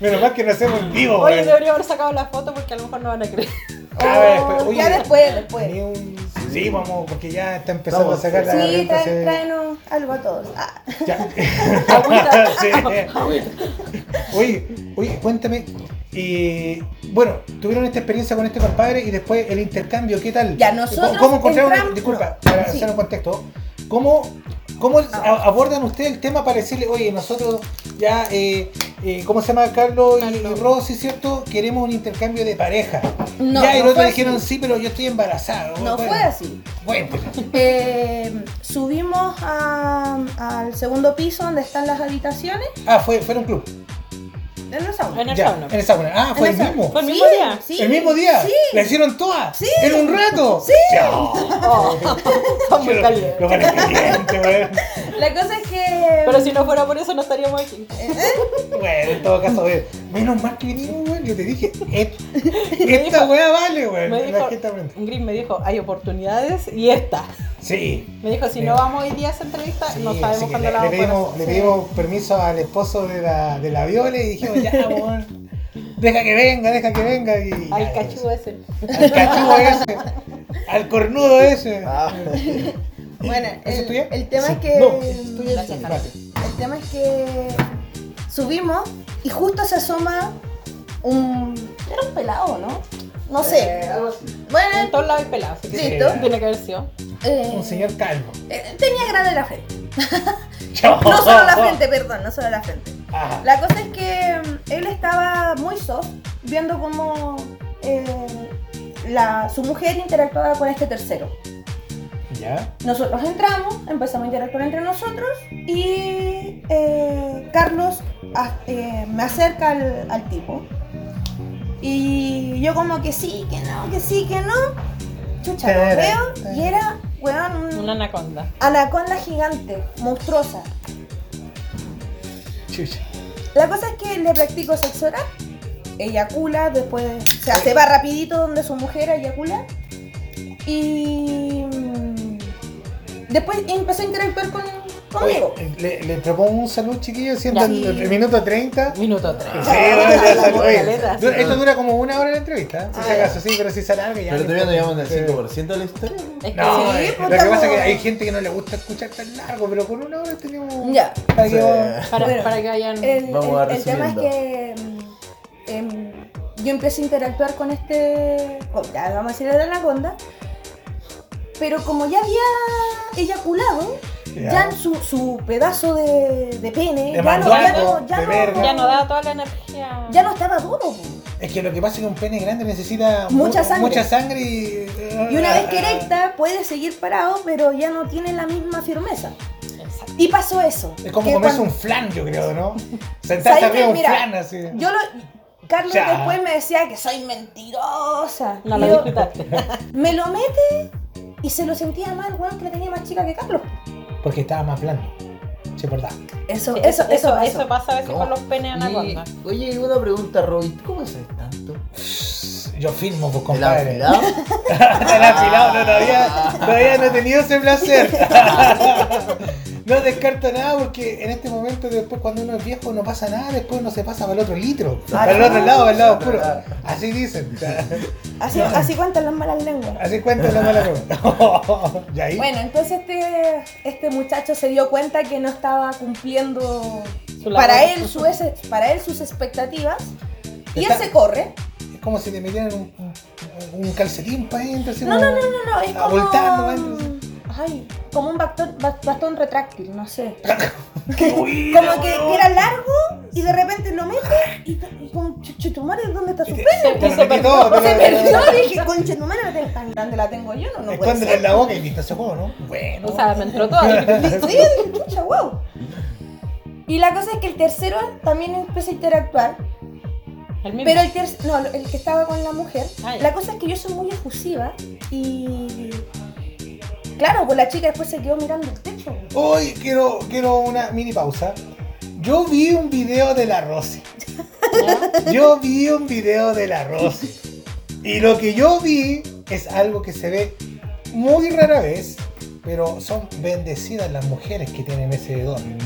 Menos mal que no hacemos en vivo,
Oye,
weón.
debería haber sacado la foto porque a lo mejor no van a creer.
A ver, después, pues, oye,
Ya después, después.
ni un- Sí, vamos, porque ya está empezando a sacar la
pues. Sí,
garganta.
traen, tráenos algo a todos. Ah.
sí. Oye, oye, cuéntame. eh, bueno, tuvieron esta experiencia con este compadre y después el intercambio, ¿qué tal?
Ya, nosotros
¿Cómo encontraron?
entramos-
Disculpa, para hacer un contexto. ¿Cómo, cómo
Ah.
a- abordan ustedes el tema para decirle, oye, nosotros ya, eh, eh, ¿cómo se llama Carlos y, y Rosy, cierto? Queremos un intercambio de pareja.
No,
ya, y
no
los
fue así.
otros dijeron, sí, pero yo estoy embarazado.
No
Bueno,
fue así.
Bueno,
Eh, subimos a- al segundo piso donde están las habitaciones.
ah, fue, fue en un club.
En el sauna.
Ya, En el sauna. Ah, fue
En
el
el sauna.
mismo.
Fue el mismo Sí, día. sí.
el mismo día.
Sí.
La hicieron todas.
Sí.
En un rato.
Sí.
Ya.
Son muy calientes.
Los van calientes, weón.
La cosa es que.
Pero si no fuera por eso, no estaríamos aquí.
Bueno, en todo caso, weón. Menos mal que vinimos, weón. Yo te dije, et- esta weá vale, weón.
Me
La
dijo,
gente aprende.
Green me dijo, hay oportunidades y esta.
Sí.
Me dijo, si
Sí.
no vamos hoy día a esa entrevista, no
Sí, así
sabemos
que
cuándo la
le, le
vamos a
pedimos, le
hacer.
pedimos permiso al esposo de la, de la Viola y dijimos, ya, weón. Deja que venga, deja que venga. Y,
Al cachudo ese.
al cachudo ese. Al cornudo ese.
Bueno,
¿Ese es
el,
tuyo?
el tema
Sí.
es que.
No, ese es tuyo,
Gracias,
sí,
Carlos.
vale.
El tema es que subimos y justo se asoma un. Era un pelado, ¿no? No
Eh,
sé. Bueno,
En todos lados hay pelado. así que
Listo.
Tiene que haber sido.
eh,
Un señor calvo.
eh, tenía grande la frente. No solo la frente, perdón, no solo la frente.
Ajá.
La cosa es que mm, él estaba muy soft viendo cómo eh, la- su mujer interactuaba con este tercero.
¿Ya?
Nosotros entramos, empezamos a interactuar entre nosotros y eh, Carlos a- eh, me acerca al, al tipo. Y yo como que sí, que no, que sí, que no. Chucha, lo veo y era, weón, un-
Una anaconda.
anaconda gigante, monstruosa.
Chucha.
La cosa es que le practico sexo oral, eyacula, después se, hace va rapidito donde su mujer eyacula y mm, después empezó a interactuar con, conmigo.
Oye, le, le propongo un salud, chiquillo, siendo
Ya.
el, el minuto 30.
Minuto 30.
Sí, bueno, ya
La
salud. Oye,
caleta,
dura-
sí.
esto dura como una hora la entrevista, ¿eh? si
Ah,
se acaso, sí, pero si se alarga ya.
Pero todavía no llevamos
Sí.
al 5% de la historia.
No, eh,
pues,
lo que
puta,
pasa es
no.
que hay gente que no le gusta escuchar tan largo, pero con una hora tenemos.
Ya.
Para que
Sí.
vos-
Para,
Bueno,
para que vayan.
El,
Vamos a
el- el tema es
resumiendo.
que mm, em, yo empecé a interactuar con este, con- ya, vamos a decir, la anaconda, pero como ya había eyaculado,
Ya.
ya en su, su pedazo de, de pene,
De
ya no, ya
manduaco,
no, ya
de
no-
verga.
Ya no da toda la energía.
ya no estaba duro. po.
Es que lo que pasa es que un pene grande necesita mu-
Mucha sangre.
mucha sangre y.
Y
Ah.
una vez que erecta, puede seguir parado, pero ya no tiene la misma firmeza. Y pasó eso.
Es como
que
comerse
cuando-
un flan, yo creo, ¿no?
¿Sabes
Sentarse
qué?
arriba de un
Mira,
flan así.
Yo lo. Carlos
Ya.
después me decía que soy mentirosa.
No
Y
lo
yo,
discutaste.
me lo mete y se lo sentía mal, weón, que la tenía más chica que Carlos.
Porque estaba más blando. Sí, verdad.
Eso, eso, eso,
eso,
pasó.
eso pasa a veces con los penes
Y-
anaconda.
Oye, una pregunta, Roy, ¿cómo haces tanto?
Yo filmo, pues compadre.
¿El afilado?
¿El afilado? No, todavía, todavía no he tenido ese placer. no descarto nada porque en este momento, después cuando uno es viejo, no pasa nada, después uno se pasa para el otro litro, para el otro lado, para el lado oscuro. Así dicen.
Así, así cuentan las malas lenguas.
Así cuentan la mala broma. Y ahí,
Bueno, entonces este, este muchacho se dio cuenta que no estaba cumpliendo para
labor.
él, su, ese- para él sus expectativas y él
Está-
se corre.
es como si le metieran un, un- un calcetín para adentro. así
No,
como
no, no, no, no, es como-
abultando para adentro.
Ay, como un bastón, bas- bastón retráctil, no sé. como que era largo y de repente lo mete y, te- y con chuchumares, ¿dónde está su
se-
pene?
te lo metí todo, te
Se
lo-
perdió, dije, conchetumare, la tengo tan grande, la tengo yo, no, no puede
Escóndelo en
ser.
la boca y listo, se juego, ¿no? Bueno.
O sea, me entró toda.
Sí, chucha, wow. Y la cosa es que el tercero también empieza a interactuar. Pero el tercero, no, el que estaba con la mujer. la cosa es que yo soy muy efusiva y. Claro, pues la chica después se quedó mirando el techo.
Hoy quiero, quiero una mini pausa. Yo vi un video de la Rosy. Yo vi un video de la Rosy. Y lo que yo vi es algo que se ve muy rara vez, pero son bendecidas las mujeres que tienen ese don.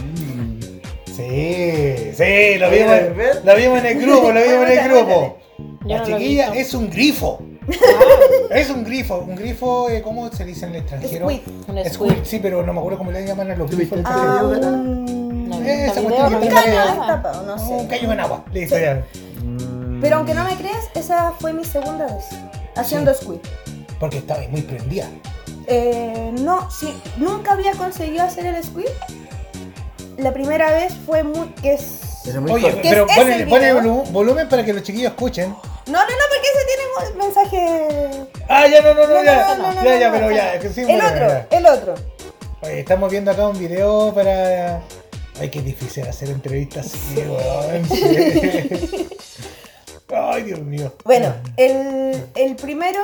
Sí, sí, lo vimos, lo vimos en el grupo, lo vimos en el grupo. La
no lo he
chiquilla es un grifo. Es un grifo, un grifo, eh, ¿cómo se dice en el extranjero?
Squid. Un
Squid, sí, pero no me acuerdo cómo le llaman a los grifos.
Ah,
Ah,
Este
esa
video
cuestión
no me
que está en
encanta,
la-
pero no sé.
un caño en agua. Listo, ya.
Pero aunque no me creas, esa fue mi segunda vez haciendo squid.
Porque estaba ahí muy prendida.
Eh, no, sí, nunca había conseguido hacer el squid. La primera vez fue muy. que es.
Oye,
que es
pero
ese
ponle,
el
ponle
video.
volu- volumen para que los chiquillos escuchen.
No, no, no, porque ese tiene un mensaje.
Ah, ya, no, no, no,
No,
ya.
no, no, no,
ya,
no,
ya,
no,
pero
no.
ya. que sí,
El
bueno,
otro,
ya.
el otro.
Oye, estamos viendo acá un video para. Ay, qué difícil hacer entrevistas así, weón. Sí. Ay, Dios mío.
Bueno, el, el primero,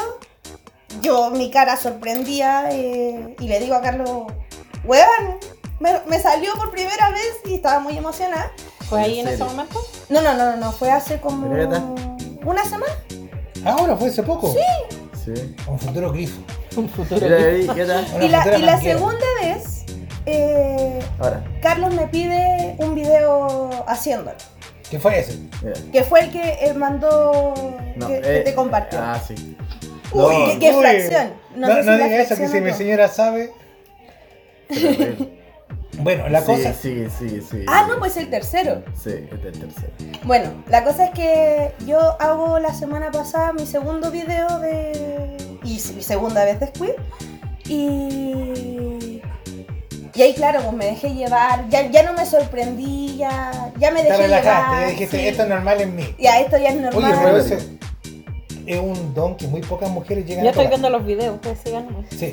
yo mi cara sorprendía eh, y le digo a Carlos, weón, me, me salió por primera vez y estaba muy emocionada.
¿Fue ahí en ese momento?
No, no, no, no, no, fue hace como
¿Pero qué tal?
una semana.
Ah, Ahora fue hace poco.
Sí.
Sí.
Un futuro grifo.
Un futuro
Mira, ahí, ¿qué tal?
Y la, y la segunda vez, eh,
Ahora,
Carlos me pide un video haciéndolo,
¿Qué fue ese?
mira.
que fue el que eh, mandó,
No,
que, que
eh,
te compartió.
Ah, sí.
Uy,
No,
qué, qué
Uy.
fracción.
No,
No, sé
no,
si la
diga eso, que
fracción
si
o
mi
no.
señora sabe. bueno, la
Sí,
cosa.
Sí, sí, sí.
Ah, no, pues el tercero.
Sí, este es el tercero.
Bueno, la cosa es que yo hago la semana pasada mi segundo video de. y s- mi segunda vez de Squid. Y. Y ahí, claro, pues me dejé llevar. Ya, ya no me sorprendí, ya, ya me
Te
dejé
relajaste,
llevar.
ya dijiste,
sí.
esto es normal en mí.
Ya, esto ya es normal.
Oye, pero eso es un don que muy pocas mujeres llegan
Yo
a
estoy
tocar.
viendo los videos, ustedes sigan. nomás.
Sí.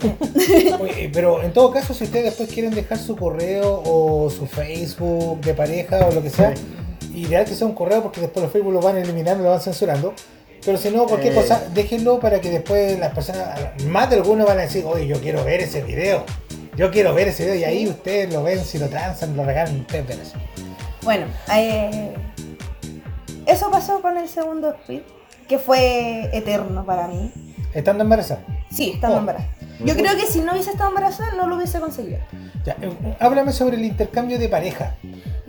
Oye, eh, pero en todo caso, si ustedes después quieren dejar su correo o su Facebook de pareja o lo que sea, ideal que sea un correo porque después los Facebook lo van eliminando, lo van censurando. Pero si no, cualquier
Eh.
cosa, déjenlo para que después las personas, más de algunos van a decir, oye, yo quiero ver ese video. Yo quiero ver ese video y ahí ustedes lo ven, si lo transan, lo regalan, ustedes ven eso.
Bueno, eh, eso pasó con el segundo Squid, que fue eterno para mí.
Estando embarazadas.
Sí, estaba
Oh,
embarazada. Yo creo que si no hubiese estado embarazada, no lo hubiese conseguido.
Ya, eh, háblame sobre el intercambio de pareja.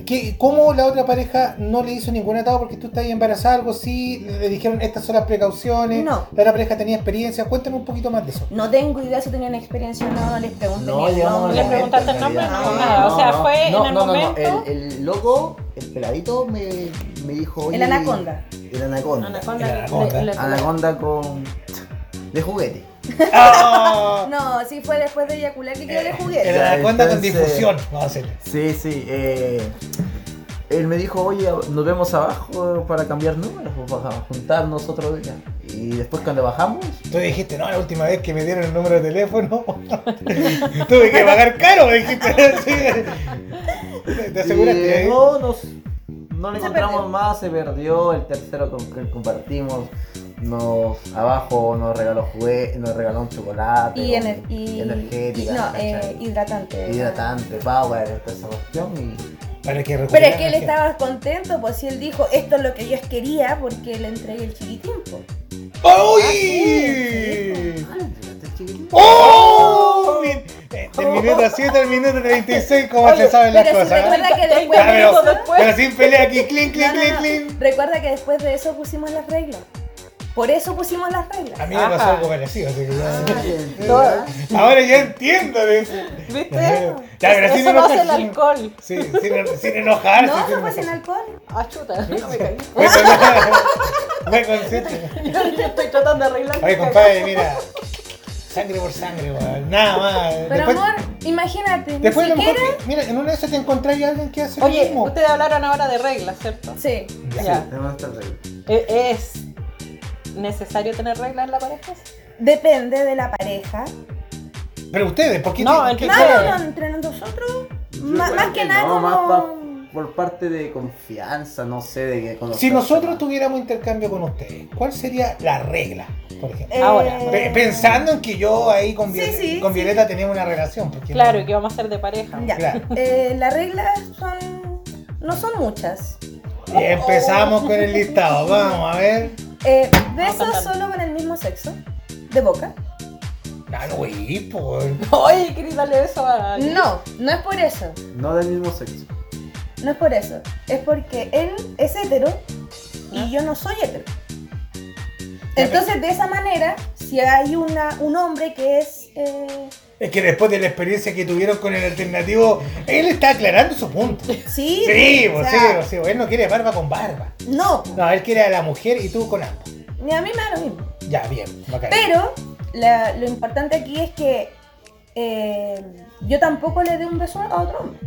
¿Qué, ¿Cómo la otra pareja no le hizo ningún atado porque tú estás ahí embarazada? Algo así, le dijeron estas son las precauciones.
No.
La otra pareja tenía experiencia. Cuéntame un poquito más de eso.
No tengo idea si tenían experiencia o no, no les pregunté.
No, Ah,
ni el
llegamos
nombre.
al momento,
preguntaste el
en realidad.
nombre? No,
Ah,
nada, o sea, fue en el
No,
momento.
el, el loco, el peladito me, me dijo.
El
oye,
anaconda.
El anaconda.
Anaconda.
El
El anaconda.
anaconda. Anaconda con. de juguete.
No, sí fue después de eyacular que
Eh,
yo le jugué.
El
Ya,
anaconda con
entonces-
difusión. Vamos a hacerle.
Sí, sí. eh, él me dijo, oye, nos vemos abajo para cambiar números, pues, para juntarnos otro día. Y después cuando bajamos,
Tú dijiste, no, la última vez que me dieron el número de teléfono, tuve que pagar caro. me Dijiste, Sí. ¿Te- ¿Te aseguraste?
Y
ahí?
no, nos- no le
Se
encontramos
perdió.
más, se perdió. El tercero con que compartimos, nos abajo nos regaló juguete, nos regaló un chocolate,
Y,
un-
ener- y-
energética,
y- no,
¿cachai?
eh, hidratante.
hidratante, power, toda esa cuestión. Y...
Para que
Pero es que él
recuperaran
estaba contento, pues si él dijo, esto es lo que yo quería, porque le entregué el chiquitín. pues. Ah,
¡Uy! ¡Oh! Mi- eh, Del minuto 7 al minuto 36, como se saben las
pero si
cosas.
recuerda
¿eh?
que después
Ya,
de
pero,
eso, después-
pero sin pelea aquí, clink,
No,
clink,
no,
clink,
no.
clink.
Recuerda que después de eso pusimos las reglas. Por eso pusimos las reglas.
A mí me pasó algo parecido, así que
Ah,
ya. Ahora ya entiendo de eso. ¿Viste? Ya, pero
Eso
sin
lo hace el
enojarse, sin-
alcohol.
Sí, sin, sin enojarse.
No,
sin
eso fue sin
enojarse.
alcohol. Ah, chuta. Me caí.
Me consiento.
Yo estoy tratando de arreglar.
Oye, compadre, mira. Sangre por sangre, weón. Nada más.
Pero
Después-
amor, imagínate,
Después
ni
a lo mejor,
siquiera...
mira, en una de esas te encontráis a alguien que hace lo
Oye,
mismo.
ustedes hablaron ahora de reglas, ¿cierto?
Sí.
Ya.
Tenemos estas reglas.
Eh, ¿Es necesario tener reglas en la pareja?
Depende de la pareja.
Pero ustedes, ¿por qué?
No,
tienen-
el que
qué-
No,
qué-
no, no, entre nosotros, ma- más
Yo creo
que nada
no,
como...
más pa- por parte de confianza, no sé, de que conocer.
Si nosotros tuviéramos intercambio con ustedes, ¿cuál sería la regla? Por ejemplo.
Eh, Ahora.
Pe- Pensando en que yo ahí con, Viol-
Sí, sí,
con
sí.
Violeta tenía una relación. Porque
Claro, que vamos a ser de pareja.
Ya.
Claro.
Eh, las reglas son... no son muchas.
Y empezamos con el listado. Vamos a ver.
Eh, besos solo con el mismo sexo. De boca.
Ah, no, güey, pues. po.
Oye, querida, darle beso
Ah,
a alguien.
No, no es por eso.
No del mismo sexo.
No es por eso. Es porque él es hetero y yo no soy hetero. Entonces, de esa manera, si hay una, un hombre que es. eh,
Es que después de la experiencia que tuvieron con el alternativo, él está aclarando su punto.
Sí,
Sí,
o
pues, sí,
sea,
pues, sí, pues, él no quiere barba con barba.
No.
No, él quiere a la mujer y tú con ambos.
ni a mí me da lo mismo.
Ya, bien, bacán.
Pero la- lo importante aquí es que eh, yo tampoco le dé un beso a otro hombre.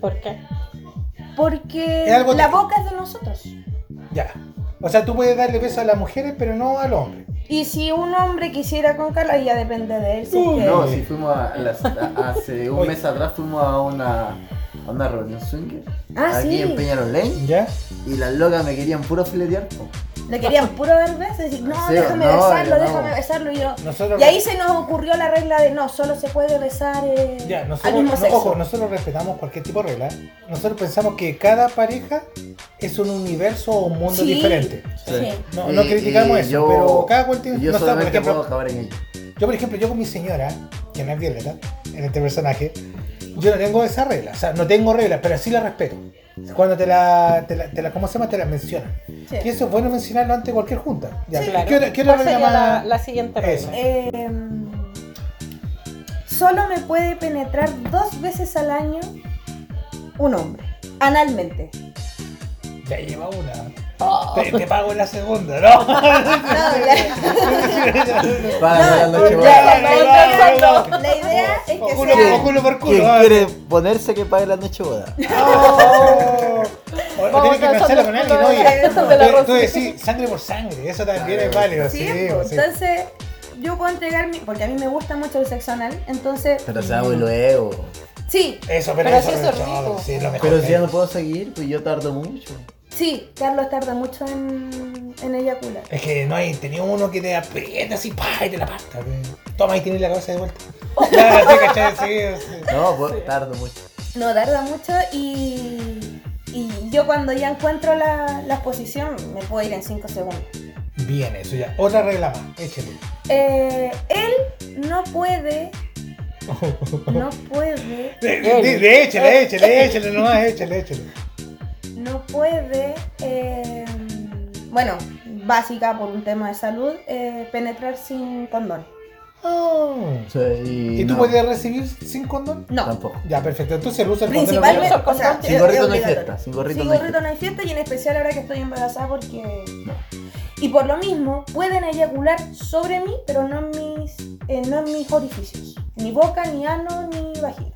¿Por qué?
Porque
Es algo
la
táctico.
boca es de nosotros.
Ya. O sea, tú puedes darle besos a las mujeres, pero no al hombre.
Y si un hombre quisiera con Carla, ya depende de él. si es que-
No, si fuimos a, a las- a- hace un mes atrás fuimos a una, a una reunión swinger.
Ah,
aquí
sí.
en Peñarolén.
¿Ya?
Y las locas me querían puro filetear. po.
Le querían puro dar besos y decir, no,
Sí,
déjame
no,
besarlo,
no.
déjame besarlo. Y, yo,
Nosotros-
y ahí se nos ocurrió la regla de no, solo se puede besar eh,
Ya,
al
nosotros,
mismo
no,
sexo.
ojo, nosotros respetamos cualquier tipo de regla. ¿eh? Nosotros pensamos que cada pareja es un universo o un mundo
Sí,
diferente.
sí.
No, no
Y-
criticamos
Eh, y
eso,
yo-
pero cada cual tiene
y Yo
no sé, por
solamente
ejemplo,
puedo acabar en ello.
Yo, por ejemplo, yo con mi señora, que no es Violeta, en este personaje, yo no tengo esa regla. O sea, no tengo reglas, pero sí la respeto. Cuando te la, te la, te la- ¿cómo se llama? Te la mencionan.
Sí.
Y eso es bueno mencionarlo antes de cualquier junta. Ya,
Sí,
¿qué-
claro.
¿Qué, otra- qué otra
¿Cuál
regla
sería la,
más?
la siguiente
Eso.
regla?
Eh, solo me puede penetrar dos veces al año un hombre, analmente.
Ya lleva una. Te, te pago en la segunda, ¿no? Ah,
Para la
No,
noche
ya,
buena.
ya, ya, ya, ya.
La idea es que
Oculo,
sea...
oculo por culo.
Quien
ah.
quiere ponerse que pague la noche boda.
Oh. O- O,
Vamos
tenés que
a hacer
pensarlo
los
con alguien,
culos de la-
oye.
esos de la
Tú- Tú
Rosy.
decís sangre por sangre, eso también es válido.
Sí,
Sí,
pues,
sí.
entonces yo puedo entregar mi... Porque a mí me gusta mucho el sexo anal, entonces...
Pero se hago luego.
Sí,
Eso, pero,
Pero
eso,
sí, eso
no,
es rico.
sí, es lo mejor
Pero
que
si ya
hay.
no puedo seguir, pues yo tardo mucho.
sí, Carlos tarda mucho en, en eyacular.
Es que no hay, tenía uno que te aprieta así, pa, y te la parta. te- Toma, y tienes la cabeza de vuelta. Claro, sí, cachai, sí, sí.
No, pues tardo mucho.
No, tarda mucho y, y yo cuando ya encuentro la, la posición me puedo ir en 5 segundos.
Bien, eso ya. Otra regla más, échale.
Eh, él no puede, no puede,
De, de- de- échale, échale, échale nomás, échale, échale.
no puede, eh, bueno, básica por un tema de salud, eh, penetrar sin condón.
Ah. ¿Y tú
no.
podías recibir sin condón?
No.
Tampoco.
Ya, perfecto. Entonces el uso del condón.
Principalmente,
obligatorio.
o sea,
Sin gorrito no hay
es obligatorio.
fiesta. Sin gorrito
Sin
no hay
gorrito no hay fiesta y en especial ahora que estoy embarazada porque... Y por lo mismo, pueden eyacular sobre mí, pero no en mis, eh, no en mis orificios. Ni boca, ni ano, ni vagina.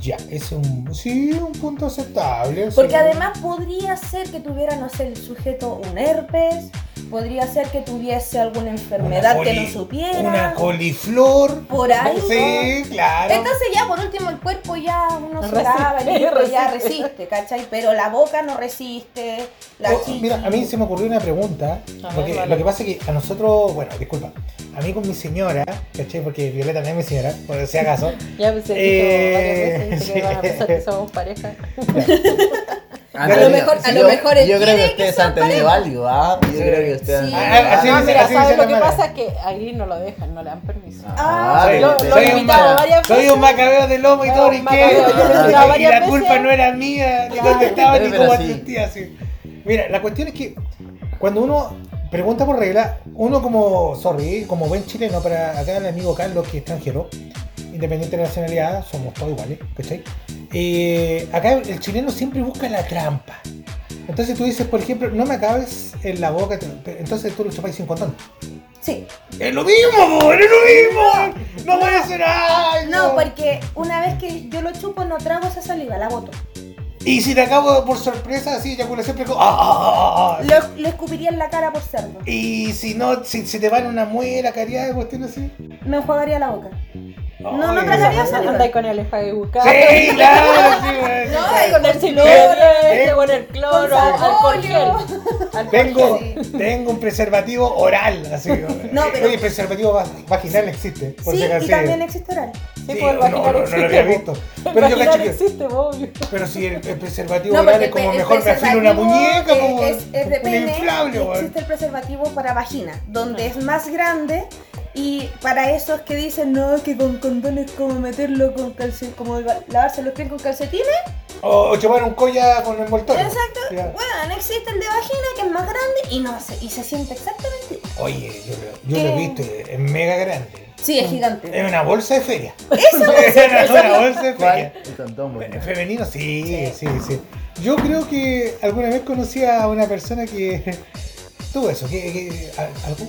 Ya, es un, sí, un punto aceptable. sí.
Porque además podría ser que tuviera, no sé, el sujeto un herpes, podría ser que tuviese alguna enfermedad que
coli-
no supiera.
Una coliflor.
Por ahí,
Sí, claro.
Entonces ya por último el cuerpo ya uno se
Resiste,
lava, el cuerpo ya
resiste.
resiste, ¿cachai? Pero la boca no resiste, la
Oh,
chichi-
mira, a mí se me ocurrió una
A
pregunta.
ver,
porque
vale.
Lo que pasa es que a nosotros, bueno, disculpa, a mí con mi señora, ¿cachai? Porque Violeta no es mi señora, por si acaso.
Ya pues, se dijo
Eh,
varias veces dice que
sí.
van a pensar que somos pareja.
Han
A lo
tenido-
mejor- a
sí,
lo
yo-
mejor
Yo creo que
entiende que
ustedes
son
han tenido
pareja.
algo, ¿ah? Yo creo que ustedes han
Sí.
Ah,
tenido algo.
No, Ah, mira, ¿sabes lo que pasa? Es que a Gris no lo dejan, no le dan permiso.
Ah,
Yo
soy-
lo
soy
he
un
invitado
ma-
varias
soy
veces.
un macabeo de lomo y
No,
todo
un macabeo, yo lo he
riquero.
invitado
Y la
varias
culpa
veces.
no era mía, ni
Claro.
dónde estaba, ni
Pero
cómo
sí.
atendía. así. Mira, la cuestión es que cuando uno pregunta por regla, uno como, sorry, como buen chileno, para acá el amigo Carlos, que es extranjero, independiente de la nacionalidad, somos todos iguales, ¿cachai? Eh, acá el chileno siempre busca la trampa. Entonces tú dices, por ejemplo, no me acabes en la boca, te- entonces tú lo chupáis sin condón.
Sí.
¡Es lo mismo, amor! ¡Es lo mismo! ¡No voy a hacer algo!
No, porque una vez que yo lo chupo, no trago esa saliva, la boto.
Y si te acabo por sorpresa, así, eyaculación precoz. ¡Ah, ah, ah, ah!
Lo, lo escupiría en la cara por cerdo.
Y si no, si se te va en una muela, caridad, cuestión así.
Me enjuagaría la boca. No, no
Ay,
tragaría
no.
saliva.
Anda con el enjuague bucal.
Sí, claro, sí, güey.
No, ahí con el silor,
Eh,
con el cloro,
con sal-
alcohol gel.
Tengo, tengo un preservativo oral, así.
No, pero-
Oye, preservativo va- vaginal existe. Por
Sí,
si acaso.
y también existe oral.
Sí,
no,
pues el vaginal
no, no
existe.
lo había visto. Pero yo caché que-
existe, obvio.
Pero si el, el preservativo
No,
oral
porque
es como
el
mejor me afilo una
preservativo,
muñeca,
eh,
como
es, es
un
depende,
inflable, güey.
Existe el preservativo para vagina, donde es más grande y para esos que dicen, no, que con condones como meterlo con calcetines, como va- lavarse los pies con calcetines.
O, o chupar un colla con envoltorio.
Exacto.
Ya.
Bueno, existe el de vagina que es más grande y no se, y se siente exactamente. igual.
Oye, yo, lo- yo lo he
Eh.
visto, es es mega grande.
Sí, es gigante.
Es una bolsa de feria.
Eso
es
es
una, una bolsa de feria.
El condón, güey.
Femenino, sí, sí, sí. Yo creo que alguna vez conocí a una persona que tuvo eso. Que, que- a- ¿Algo?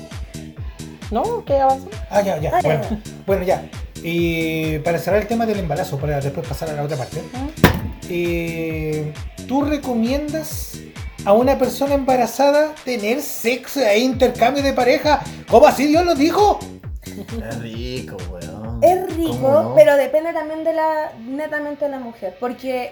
No, ¿qué avanzó?
Ah, ya, ya.
Ah, ya,
bueno, bueno, ya. Y para cerrar el tema del embarazo, para después pasar a la otra parte. eh, ¿Tú recomiendas a una persona embarazada tener sexo e intercambio de pareja? ¿Cómo así Dios lo dijo?
Es rico, weón.
Es rico,
¿Cómo no?
pero depende también de la netamente de la mujer, porque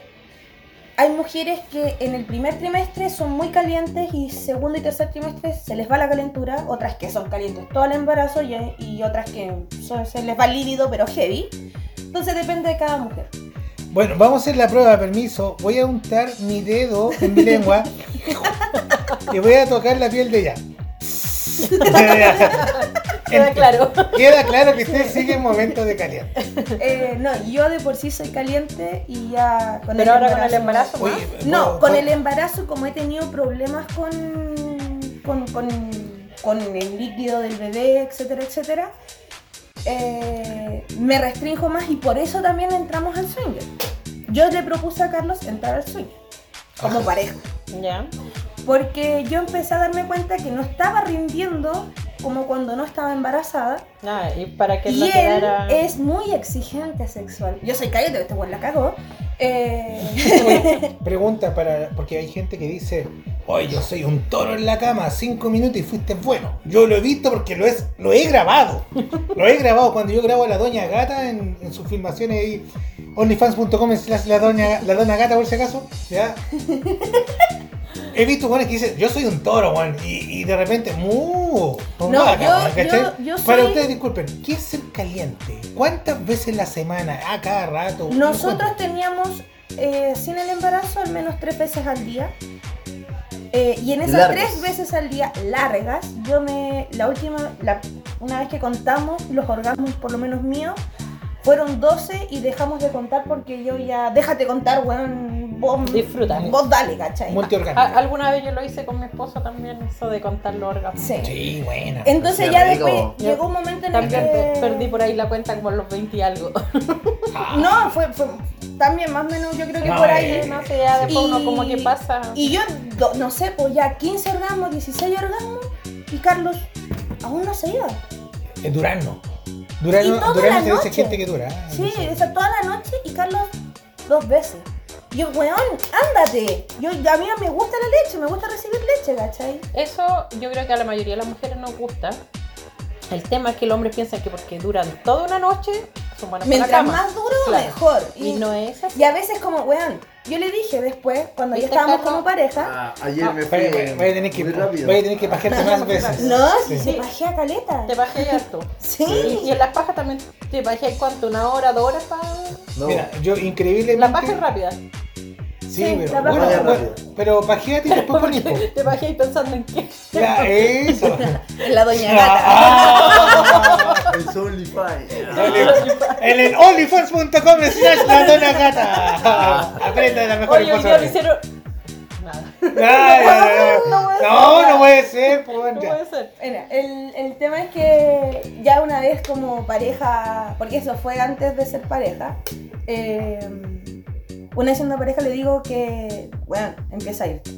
hay mujeres que en el primer trimestre son muy calientes y segundo y tercer trimestre se les va la calentura, otras que son calientes todo el embarazo y, y otras que son- se les va el lívido pero heavy. Entonces depende de cada mujer.
Bueno, vamos a hacer la prueba, permiso. Voy a untar mi dedo en mi lengua y voy a tocar la piel de ella.
Queda claro.
Queda claro que usted sigue en momento de caliente.
Eh, no, yo de por sí soy caliente y ya con
Pero ahora con el embarazo, ¿no?
Oye,
No,
¿puedo-
con
puedo-
el embarazo, como he tenido problemas con, con, con- con el líquido del bebé, etcétera, etcétera, eh, me restrinjo más y por eso también entramos al sueño. Yo le propuse a Carlos entrar al sueño, como pareja,
Ya.
porque yo empecé a darme cuenta que no estaba rindiendo como cuando no estaba embarazada.
Nada, y para que
Y
no
él
quedara.
es muy exigente sexual. Yo soy caliente, este güey la cagó. Eh,
Pregunta para. Porque hay gente que dice, oye, yo soy un toro en la cama, cinco minutos y fuiste bueno. Yo lo he visto porque lo es, lo he grabado. Lo he grabado cuando yo grabo a la Doña Gata en, en sus filmaciones ahí. Onlyfans.com slash la doña, la doña gata por si acaso. ¿ya? He visto bueno, que dicen, yo soy un toro, weón. Y, y de repente, mu. vaca,
yo-
weón, ¿cachai?
yo- yo
Para
soy-
ustedes, disculpen, ¿qué es ser caliente? ¿Cuántas veces en la semana? ¿A cada rato?
Nosotros teníamos, eh, sin el embarazo, al menos tres veces al día. Eh, y en esas
Largas.
tres veces al día largas, yo me. La última, la- una vez que contamos, los orgasmos, por lo menos míos, fueron 12 y dejamos de contar porque yo ya. Déjate contar, weón. Vos,
Disfruta.
Vos dale, cachai.
A- Alguna vez yo lo hice con mi esposo también, eso de contar los órganos.
Sí.
Sí, buena.
Entonces ya después llegó un momento en el
También
que.
pe- perdí por ahí la cuenta como los 20 y algo.
No, fue, fue también más o menos, yo creo que
No,
por ahí.
eh, no sé, ya después uno como que pasa.
Y yo, do- no sé, pues ya 15 orgasmos, 16 orgasmos, y Carlos aún no se iba.
Es Durano. Durano,
Y toda
Durano
la
se dice
noche.
gente que dura. ¿eh?
Sí, o sea, toda la noche y Carlos dos veces. Yo, weón, ándate. Yo, a mí no me gusta la leche, me gusta recibir leche, ¿cachai?
Eso yo creo que a la mayoría de las mujeres nos gusta. El tema es que los hombres piensan que porque duran toda una noche, son buenas para la
Mientras
cama.
más duro,
Claro.
mejor.
Y, no es así.
Y a veces como, weón, yo le dije después, cuando ya
¿Viste,
estábamos
Carlos?
como
Ah.
pareja,
Ah,
Ayer me fui. Voy a tener que, voy a tener que pajearte más veces.
no, si
Sí.
se pajea caleta.
Te bajé harto.
Sí.
Y, y en las pajas también te bajé cuánto, una hora, dos horas para.
Mira, yo increíblemente.
La paja es rápida.
Sí,
Sí,
pero,
la
bueno,
paja.
bueno, pero pajeate y después ponís. po.
Te bajé ahí pensando en qué.
Ya, eso.
En la doña
Ah.
gata.
Es OnlyFans.
En el onlyfans.com slash la dona gata. Aprenda la mejor
Oye, hoy día me hicieron.
Ay, ay, ay. No, no puede ser, pues,
No puede ser. Mira, el, el tema es que ya una vez como pareja, porque eso fue antes de ser pareja, eh, una vez siendo pareja le digo que, bueno, empieza a irte.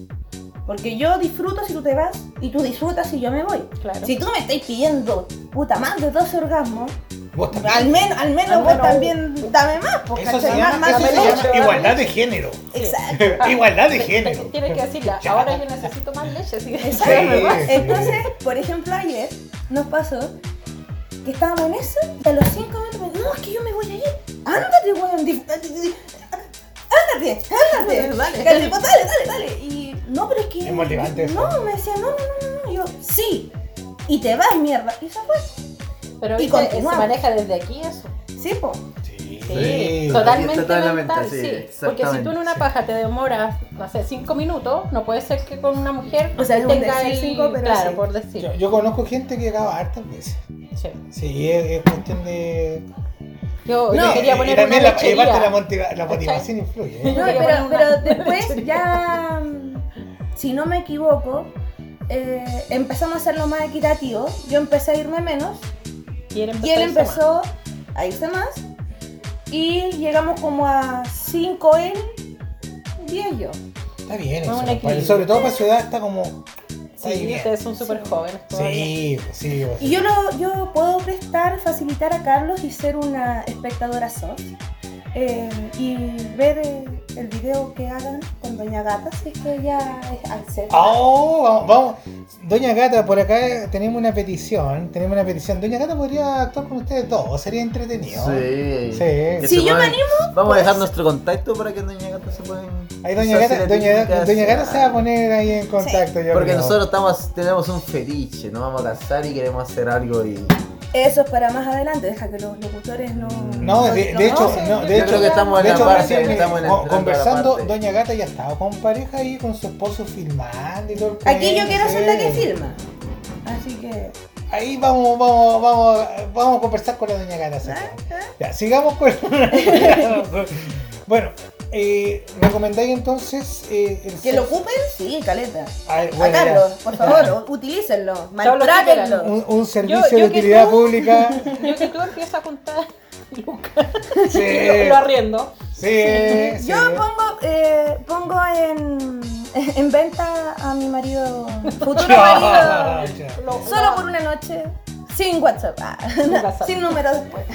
Porque yo disfruto si tú te vas y tú disfrutas si yo me voy. Si tú me estás pidiendo, puta, más de 12 orgasmos,
Vos también.
al, men- al menos
Al
vos
menos.
también dame más, pues,
Eso se
¿cachai?
llama,
Más- más
eso se
de
llama
ocho, dame
igualdad de género.
Exacto.
igualdad de género.
Tienes que decirla.
Ya.
Ahora yo necesito más leche. así que-
Exacto. Entonces, por ejemplo, ayer nos pasó que estábamos en eso y a los 5 minutos me dijo, no, es que yo me voy a ir. Ándate, weón. dif- dif- dif- Ándate, ándate.
Dale.
Dale, pues, dale, dale, dale. Y no, pero es que.
Es motivante eso.
No, me decía, no, no, no, no. Y Yo, sí. Y te vas, mierda. Y se fue.
Pero
y
viste, se
continuamos.
maneja desde aquí eso.
Sí, po.
Sí,
Sí,
totalmente,
totalmente,
mental,
sí,
sí. Porque si
exactamente,
tú en una paja te demoras, no sé, cinco minutos, no puede ser que con una mujer
O sea, es un
tenga
decir
el...
cinco, pero
Claro,
sí.
por decir.
Yo, yo conozco gente que acaba hartas veces.
Sí.
Sí, es, es cuestión de.
Yo
Pero,
yo quería
eh,
poner
y también
una
la, y aparte la,
lechería.
motiva- la motivación influye. ¿eh?
No,
quería
pero,
poner una-
pero después ya, mm, si no me equivoco, eh, empezamos a hacerlo más equitativo. Yo empecé a irme menos
Y él empezó.
y él
a irse más.
empezó a irse más. Y llegamos como a 5 él, 10 yo.
Está bien
Fue
eso.
un
para-
equilibrio.
sobre todo para su edad está como. está
Sí,
bien.
ustedes son súper jóvenes todavía.
Sí, pues, sí.
Y yo, lo, yo puedo prestar, facilitar a Carlos y ser una espectadora soft. eh, y ver eh, el video que hagan con Doña Gata, si es que ella es- acepta.
Oh, vamos, vamos. Doña Gata, por acá tenemos una petición. Tenemos una petición. Doña Gata podría actuar con ustedes dos, sería entretenido.
Sí.
Sí.
Que se pueden- Vamos
pues.
a dejar nuestro contacto para que Doña Gata se pueden.
Ahí Doña Gata, Doña, Doña Gata se va a poner ahí en contacto. yo
Porque
creo.
nosotros estamos, tenemos un fetiche, nos vamos a casar y queremos hacer algo y.
Eso es para más adelante, deja que los locutores no. "Oh,
No, de, de hecho,
sé, yo
no, de
creo
hecho,
que estamos en
de
la
hecho,
parte,
recién,
que
eh,
estamos en- entrando
con-
a la
conversando,
parte.
Doña Gata ya estaba con pareja ahí, con su esposo filmando y todo el
Aquí yo
cuento,
quiero ser la que
sí.
filma. Así que.
Ahí vamos, vamos, vamos, vamos a conversar con la Doña Gata. ¿sí?
¿Ah?
Ya, sigamos con. bueno, eh, recomendáis entonces eh, el
¿Que lo
sexo-
ocupen? Sí, caleta.
A, ver,
A
bueno, ya.
Carlos, por favor, utilícenlo,
Un,
maltrátenlo.
un servicio
Yo- yo
de
que
utilidad
tú-
pública.
Yo que tú empiezas a contar
Sí.
lo, lo arriendo.
Sí, sí.
Yo pongo, eh, pongo en, en venta a mi marido, futuro marido,
Lo-
solo por una noche, sin WhatsApp, ah,
WhatsApp.
sin número después.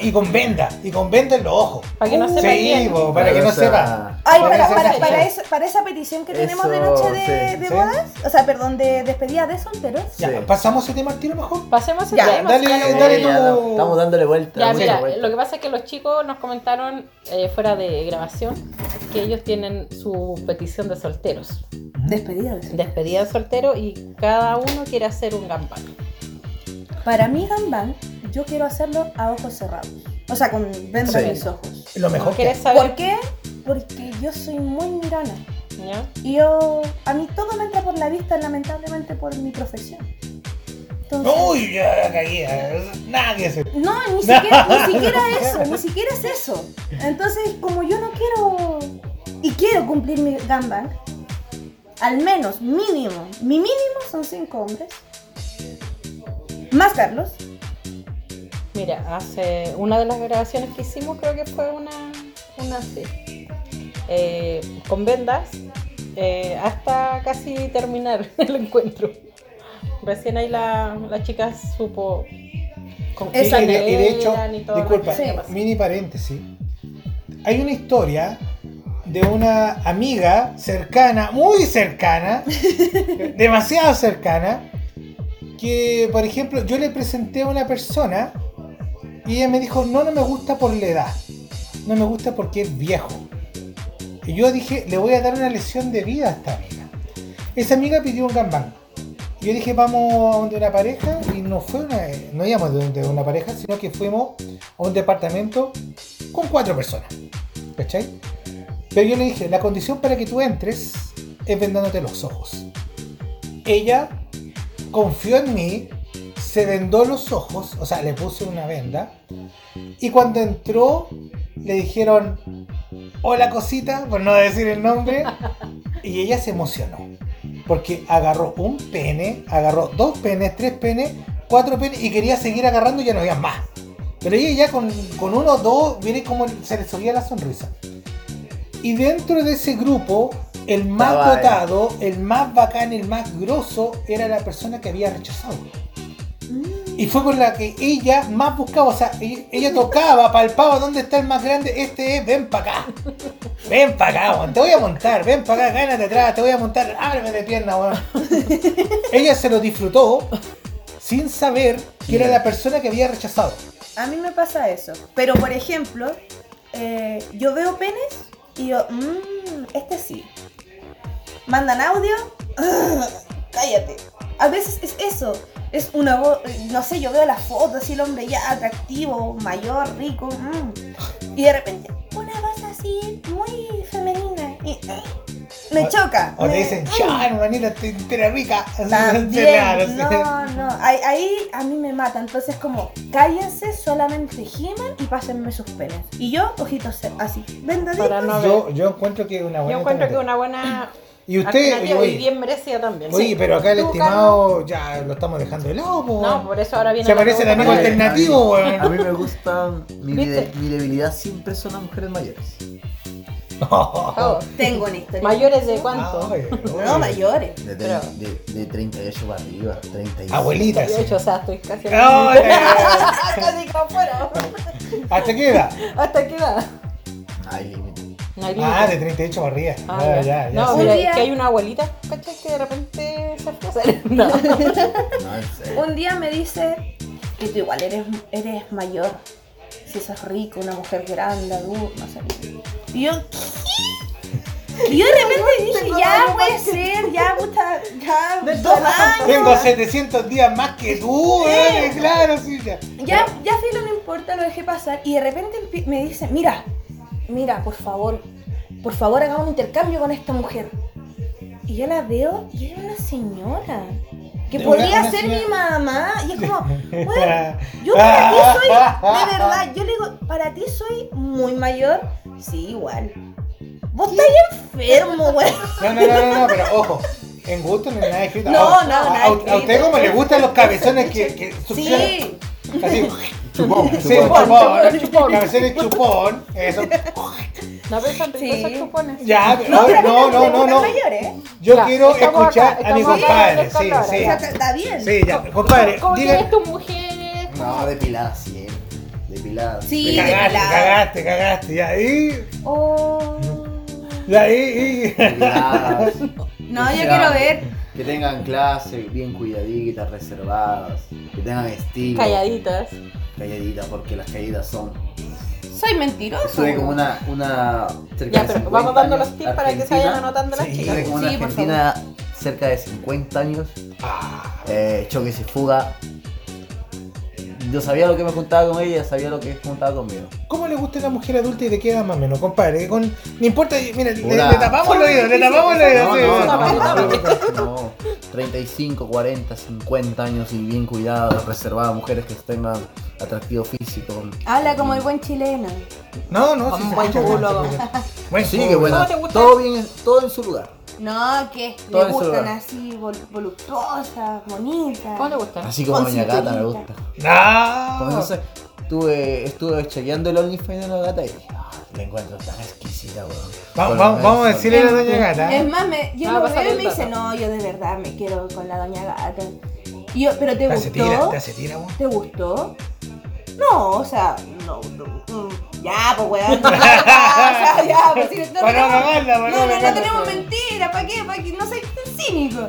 Y con venda, y con venda en los ojos.
Para
Uh.
que no sepa
Sí,
bien.
bo, para que no
O sea,
sepa.
Ay,
Para
para,
que
para,
sepa.
para eso- para esa petición que tenemos de
Eso,
noche de,
sí,
de
sí.
bodas, o sea, perdón, de despedida de solteros.
Ya, pasamos ese tema al tiro mejor.
Pasemos ese
Ya,
tema.
dale,
claro.
dale tú.
ya, no, estamos dándole vuelta.
Ya,
dándole
mira,
vuelta.
lo que pasa es que los chicos nos comentaron eh, fuera de grabación que ellos tienen su petición de solteros.
Despedida de solteros.
Despedida de soltero y cada uno quiere hacer un gambán.
Para mí, Gambán, yo quiero hacerlo a ojos cerrados. O sea, con venda
Sí.
en mis ojos.
Lo mejor que-
¿Quieres saber?
¿Por qué? Porque yo soy muy mirona.
¿Ya?
Y yo, a mí todo me entra por la vista, lamentablemente por mi profesión. Entonces,
Uy, ya caí. ya, Nada que hacer.
no, ni siquiera, ni siquiera eso, ni siquiera es eso. Entonces, como yo no quiero y quiero cumplir mi gangbang, al menos mínimo, mi mínimo son cinco hombres, más Carlos,
Mira, hace una de las grabaciones que hicimos creo que fue una, una así. Eh, con vendas eh, hasta casi terminar el encuentro. Recién ahí la, la chica supo con
Y, y de, y de hecho,
eran y todo lo
disculpa,
que había pasado.
mini paréntesis. Hay una historia de una amiga cercana, muy cercana, demasiado cercana, que, por ejemplo, yo le presenté a una persona y ella me dijo, no, no me gusta por la edad, no me gusta porque es viejo. Y yo dije, le voy a dar una lesión de vida a esta amiga. Esa amiga pidió un gambán. Yo dije, vamos a donde una pareja y no fue una, no íbamos de donde una pareja, sino que fuimos a un departamento con cuatro personas. ¿Cachai? Pero yo le dije, la condición para que tú entres es vendándote los ojos. Ella confió en mí, se vendó los ojos, o sea, le puse una venda. Y cuando entró, le dijeron, hola cosita, por no decir el nombre. Y ella se emocionó. Porque agarró un pene, agarró dos penes, tres penes, cuatro penes y quería seguir agarrando y ya no había más. Pero ella ya con, con uno o dos, viene como se le subía la sonrisa. Y dentro de ese grupo, el más
Estaba él.
dotado, el más bacán, el más grosso, era la persona que había rechazado. Y fue con la que ella más buscaba, o sea, ella, ella tocaba, palpaba dónde está el más grande, este es, ven para acá, ven para acá, weón, te voy a montar, ven para acá, gánate atrás, te voy a montar, ábreme de pierna, weón. ella se lo disfrutó sin saber que era la persona que había rechazado.
A mí me pasa eso. Pero por ejemplo, eh, yo veo penes y yo, mmm, este sí. Mandan audio, cállate. A veces es eso. Es una voz, no sé, yo veo las fotos y el hombre ya atractivo, mayor, rico, mm. y de repente, una voz así, muy femenina, y eh, me
O-
choca.
O te
me-
dicen,
ay.
ya, hermanita, te, te eres rica. Claro, sí.
También, no, no, ahí, ahí a mí me mata, entonces como, cállense, solamente gimen y pásenme sus penes. Y yo, ojitos ce- así, vendaditos.
Para no
yo, yo encuentro que es una
Yo
buena
encuentro que
alternativa.
una buena.
Y usted,
alternativa
oye,
y bien merecida también.
Oye,
Sí.
pero acá el
Tú,
estimado ya lo estamos dejando de lado, po.
Carlos, No, por eso ahora viene.
Se parece el amigo
pregunta.
alternativo,
A mí,
weón.
a mí me gustan. Mi,
¿Viste?
de- mi debilidad siempre son las mujeres mayores.
Oh,
Tengo una historia.
¿Mayores de cuánto?
No, mayores.
De, de,
Pero-
de, de 38 para arriba, 36.
Abuelitas.
De hecho, o sea, estoy casi.
No, no,
Casi como fuera.
¿Hasta qué edad?
¿Hasta qué edad?
Ay, límite.
No hay límite.
Ah, de 38 para arriba.
Ah,
Ah,
ya.
ya, ya.
no,
sí.
mira, que hay una abuelita, ¿cachai? Que de repente se fue a hacer. No.
No, en serio.
Un día me dice que tú igual eres, eres mayor, si sos rico, una mujer grande, adulta, no sé. Y yo, ¿qué? Y yo de repente dije, ya puede ser, ya puta, ya dos años.
Tengo 700 días más que tú, weón, claro, sí, ya.
Ya, ya filo, no importa, lo dejé pasar. Y de repente empi- me dice, mira, mira, por favor, por favor haga un intercambio con esta mujer. Y yo la veo y es una señora. Que
Una-
podría
una
ser mi mamá. Y es como, bueno,
Ah,
yo para ti soy, de verdad, yo le digo, para ti soy muy mayor. Sí, igual. Vos estás enfermo, güey.
No, no, no, no, no, pero ojo. En gusto no hay nada escrito.
No,
Ah,
no,
a-
nada
a, a usted
escrito.
como le gustan los cabezones que, que succionan.
Sí.
Así. Chupón, sí,
chupón,
chupón,
chupón.
Cabezones chupón. Eso.
No pensan ricos esos chupones.
Ya, ahora, no, no, no, no.
¿eh?
Yo
Ya,
quiero
estamos
escuchar
acá,
a mi
estamos acá,
compadre.
estamos
Sí,
acá.
sí.
Exacto.
Está bien.
Sí, ya, compadre.
¿Cómo
diga-
tienes tus mujeres?
No, eh. depilada siempre. Depilada.
Sí,
Te
de
cagaste,
pelado.
cagaste, cagaste. Y ahí.
Oh.
Y ahí.
Depiladas.
No, yo
Ya.
quiero ver.
Que tengan clase, bien cuidaditas, reservadas. Que tengan estilo.
Calladitas. Ah,
Calladitas, porque las calladitas son.
Soy mentiroso.
Sube como una. una cerca
Ya,
de
pero
50
vamos dando
años,
los tips para que se
Argentina.
vayan anotando las chicas.
Sube como una
Sí, por favor. Ah.
Argentina cerca de 50 años. Eh, choques y fuga. Yo sabía lo que me juntaba con ella, sabía lo que juntaba conmigo.
¿Cómo le gusta la mujer adulta y de qué edad más o menos, compadre? Con, no importa, mira, le,
Una-
le tapamos el oído, le tapamos el oído. sí,
No,
sí.
no, no, no, no. 35, 40, 50 años y bien cuidadas, reservadas, mujeres que tengan atractivo físico.
Habla como el buen chileno.
No, no, sí,
Como
se
buen
escucha, se
culo.
escucha. Buen
Sí,
culo.
que bueno.
¿Cómo te gusta?
Todo bien, todo en su lugar.
No, que
Todo en
le
su
gustan
lugar.
así vol- voluptuosas, bonitas.
¿Cómo le gustan?
Así como
Con
Doña Gata me
cinturita.
gusta.
Ah.
Cuando se- estuve, estuve chequeando el OnlyFans de la gata y dije, ah, la encuentro tan exquisita, weón.
Va-
Con
va-
los
vamos a
besos.
decirle a la Doña Gata.
Es más, me, yo
Ah,
lo
vas a
veo y
ver
me dice,
Gata.
no, yo de verdad me quiero con la doña gata. Y yo, pero ¿te
Te hace tira,
gustó?
te hace tira, weón.
¿Te gustó? No, o sea, no, no, mm, ya, pues weón. no, o sea, ya, pues si no,
Para
no,
no cagarla, para
no,
no
no, no
cagarla.
tenemos mentiras, ¿para qué? ¿Para qué? No soy tan cínico.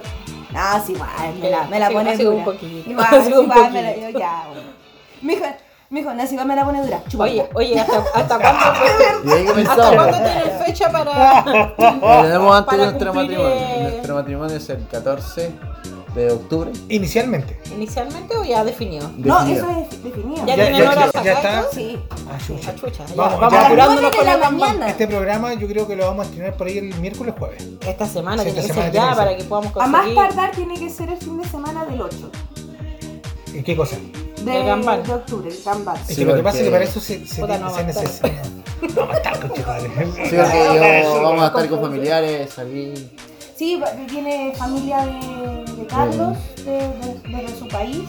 No, sí, igual, me la, me la
Sí,
pone
ha sido
dura.
un poquito,
Igual,
ha sido un
igual, me la-
poquito.
yo ya, weón. Me dijo, me dijo, no, si igual me la pone dura. Chupa.
Oye, oye, ¿hasta, hasta cuándo,
Y ahí
¿hasta cuándo
comenzamos.
tienen fecha para.?
Tenemos antes
para
nuestro
cumplir,
matrimonio.
eh,
Nuestro matrimonio es el 14 de octubre.
Inicialmente.
¿Inicialmente o ya definido?
No, eso es definido.
¿Ya,
Ya-
tienen
ya-
hora
ya-
sacado?
ya está.
Sí.
Ah, chucha.
Achucha, ya.
Vamos,
Vamos
ya.
apurándonos con la gamba.
Este programa yo creo que lo vamos a estrenar por ahí el miércoles jueves.
Esta semana
Sí,
tiene que
esta semana
ser
tiene
ya
que
para
ser.
que podamos
A más
conseguir.
tardar tiene que ser el fin de semana del 8
¿Y qué cosa?
de,
Del gambán.
de octubre, el gambán.
Es que lo que pasa es que para eso se, se,
Puta,
tiene-
no
se
va a estar.
necesita.
Sí, porque yo- eh, vamos a estar con familiares, salir.
Sí, porque tiene familia de, de Carlos, de, de- de su país.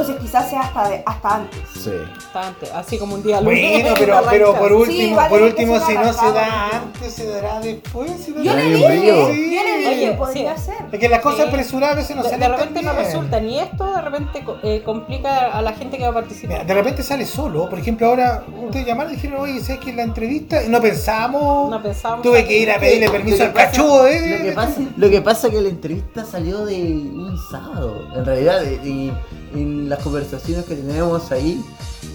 Entonces quizás sea hasta, de- hasta antes.
Sí.
Bastante, Así como un día lunes.
Bueno, pero, pero por
Sí,
último,
vale,
por
que
último
se
si no se
alargaba.
da antes, se dará después. se dará-
Yo le
Sí.
dije, yo
le dije,
Oye,
podría
sí.
ser.
Es que las cosas
Sí.
apresuradas a veces no
de,
salen
de
tan
repente no
bien.
resultan y esto de repente co- eh, complica a la gente que va a
Mira,
participar.
De repente sale solo. Por ejemplo, ahora ustedes llamaron y dijeron, oye, ¿sabes que en la entrevista? Y no pensamos.
No pensábamos.
Tuve que ir a pedirle permiso al cachudo, ¿eh?
Lo que, pasa, lo que pasa es que la entrevista salió de un sábado. En realidad, de- de- en las conversaciones que tenemos ahí.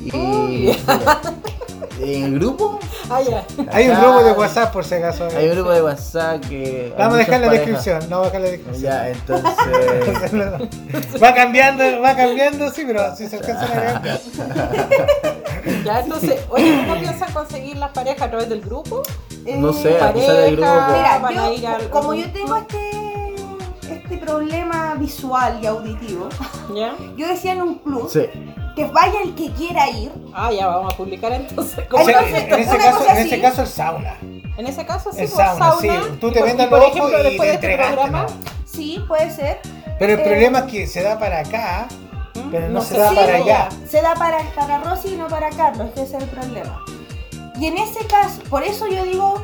Y,
Oh.
Uy.
en el grupo.
Ah, ya.
Hay un
acá-
grupo de WhatsApp, por si acaso.
Hay un grupo de WhatsApp que. hay
Vamos a dejar
muchas
la
parejas.
descripción. No vamos a dejar la descripción.
Ya, entonces.
Va cambiando, va cambiando, sí, pero si se alcanza a ver.
Ya, entonces, oye, ¿cómo piensan conseguir las parejas a través del grupo?
No
Eh,
sé, aquí sale el grupo.
pareja,
Mira,
van a
yo-
ir al-
como yo tengo este, este problema visual y auditivo,
¿Ya?
yo decía en un club
Sí.
que vaya el que quiera ir.
Ah, ya vamos a publicar entonces.
O sea,
Entonces,
en, ese
una
caso,
cosa
en ese
así.
caso el sauna.
En ese caso, sí,
El
pues,
sauna, sí. Tú te vendas los ojos y
después
te
de este
entregaste,
programa,
Sí, puede ser.
Pero el
Eh,
problema es que se da para acá, pero no,
No
se
sé
da
si
para
no.
allá.
Se da para, para Rosy y no para Carlos, que ese es el problema. Y en ese caso, por eso yo digo,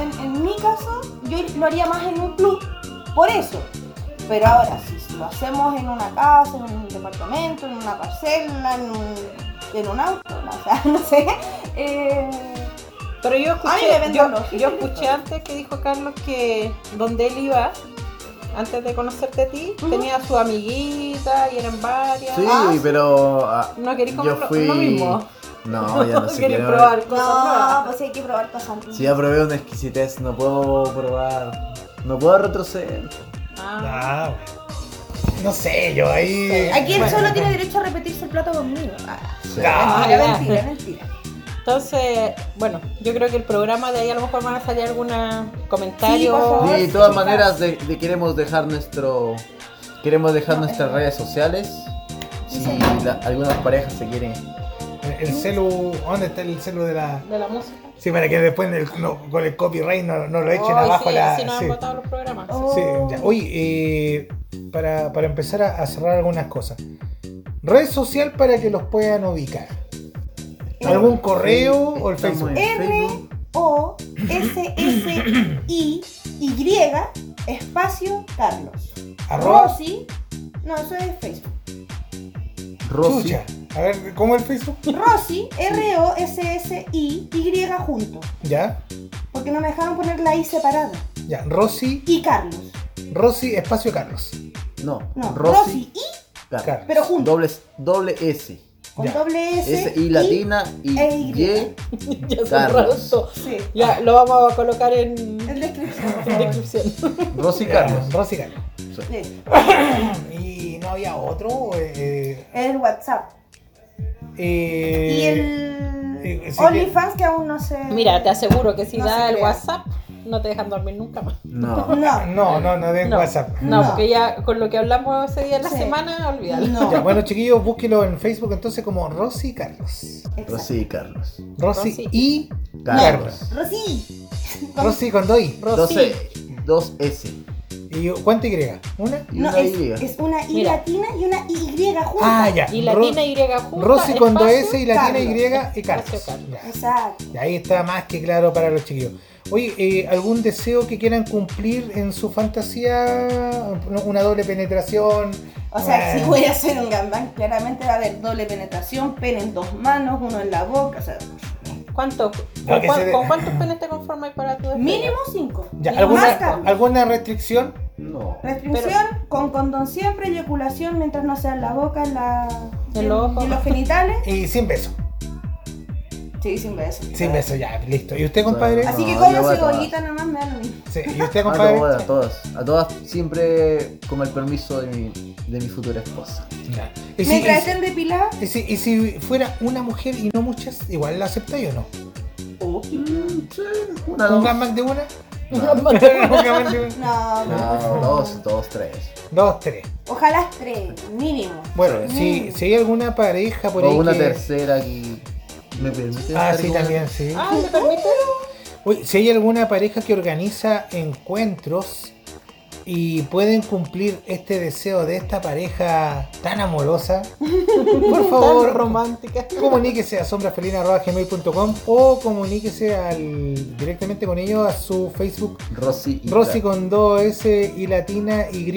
en, en mi caso, yo lo haría más en un club, por eso. Pero ahora, si, si lo hacemos en una casa, en un departamento, en una parcela, en un, en un auto, no, o sea, no sé. eh,
Pero yo
Ay, le
escuché,
vendo
yo,
los
yo
hijos.
escuché antes que dijo Carlos que donde él iba, antes de conocerte a ti, tenía a su amiguita y eran varias.
Sí,
Ah,
pero. ah,
No querí comer
yo
lo-
fui...
lo mismo.
No, ya no sé
Querí
quiero-
probar cosas
no,
nuevas.
pues hay que probar cosas nuevas.
Si ya probé una exquisitez, no puedo probar. No puedo retroceder.
Ah,
Ah, bueno. no sé, yo ahí.
Aquí él
Bueno.
solo tiene derecho a repetirse el plato conmigo. Ah,
Ah,
ya.
mentira, mentira, mentira.
Entonces, bueno, yo creo que el programa de ahí a lo mejor van a salir algunos
Sí, por
comentarios.
favor.
De todas maneras, de- de- queremos dejar nuestro. Queremos dejar
No,
nuestras
eh.
redes sociales. Si
Sí.
la- algunas parejas se quieren.
El celu. ¿Dónde está el celu de la.?
de la música.
Sí, para que después en el- no, con el copyright no, no lo echen
Ay,
abajo
sí,
la.
así nos
sí.
han votado los programas.
Oh.
Sí, ya. Oye, eh, para, para empezar a, a cerrar algunas cosas. Red social para que los puedan ubicar. ¿Algún correo o el
Estamos en
Facebook?
R.
Facebook.
O S S I Y espacio Carlos.
Arroba.
Rosy. No, eso es Facebook.
Rosy.
Chucha. A ver, ¿cómo es el Facebook?
Rosy, R O S S I Y junto.
Ya,
Porque no me dejaron poner la I separada.
ya. Rosy,
Y Carlos.
Rosy, espacio Carlos.
No,
No,
Rosy.
Rosy, y
Carlos.
Carlos.
pero junto.
Doble, doble S.
Con
Ya.
doble S.
S I latina y
e
Y.
Ya se
Carlos.
rato.
Sí.
Ya, lo vamos a colocar en,
En descripción.
en descripción.
Rosy
Ya,
Carlos.
Rosy Carlos.
Sí.
Y no había otro. eh,
El WhatsApp.
eh,
Y el
eh, sí que-
OnlyFans que aún no se.
Mira, te aseguro que si
No se
da el
crea.
WhatsApp, no te dejan dormir nunca más.
No.
No.
No, no, no, de
No,
WhatsApp.
No,
No.
porque ya con lo que hablamos ese día en la
Sí.
semana, olvídalo.
Ya,
No.
bueno, chiquillos, búsquelo en Facebook entonces como Rosy Carlos.
Exacto.
Rosy Carlos.
Rosy,
Rosy.
y
Carlos.
Rosy.
Rosy con dos I.
Rosy.
12, dos S.
¿Y cuánto Y? ¿Una?
Y
No,
una
es,
Y.
es una I
Mira.
latina y una Y juntas.
Ah, ya.
Y
Ro-
latina Y junta,
Rosy con dos S y
espacio,
latina
Carlos.
Y y Carlos.
Espacio, Carlos.
Ya.
Exacto.
Y ahí está más que claro para los chiquillos. Oye, eh, ¿algún deseo que quieran cumplir en su fantasía? Una doble penetración.
O sea,
Eh,
si voy a hacer un gambán, claramente va a haber doble penetración, pene en dos manos, uno en la boca, o sea,
¿Cuánto,
No,
con,
que
cuán-
se dé-
con cuántos penes te conformas para tu despedida?
mínimo cinco.
ya,
Y más
¿alguna,
carne.
¿Alguna restricción?
No.
Restricción con condón siempre, eyaculación mientras no sea en la boca, en la...
El ojo.
en los genitales
Y sin beso.
Sí, sin beso.
Sin beso, ya, listo. ¿Y usted, compadre?
Así que como cebollita nomás me da lo mismo.
Sí, ¿y usted,
Ah,
compadre?
no, a todas, a todas siempre con el permiso de mi, de mi futura esposa.
¿Y si,
Mientras estén depiladas.
y si- y si fuera una mujer y no muchas, igual la aceptáis o no?
una,
¿Un
dos.
gangbang de una?
No.
¿Un gangbang de
No,
una?
No, dos, dos, tres.
Dos, tres.
ojalá tres, mínimo.
Bueno, si, si hay alguna pareja por
o
ahí
una
que-
tercera que me permite.
Ah,
estar
sí,
con-
también, sí.
Ah, ¿me permiten?
Uy, si hay alguna pareja que organiza encuentros y pueden cumplir este deseo de esta pareja tan amorosa, por favor,
romántica.
comuníquese a sombrafelina.gmail.com o comuníquese al, directamente con ellos a su Facebook
Rosy. y
Rosy
Tra-
con 2S y latina Y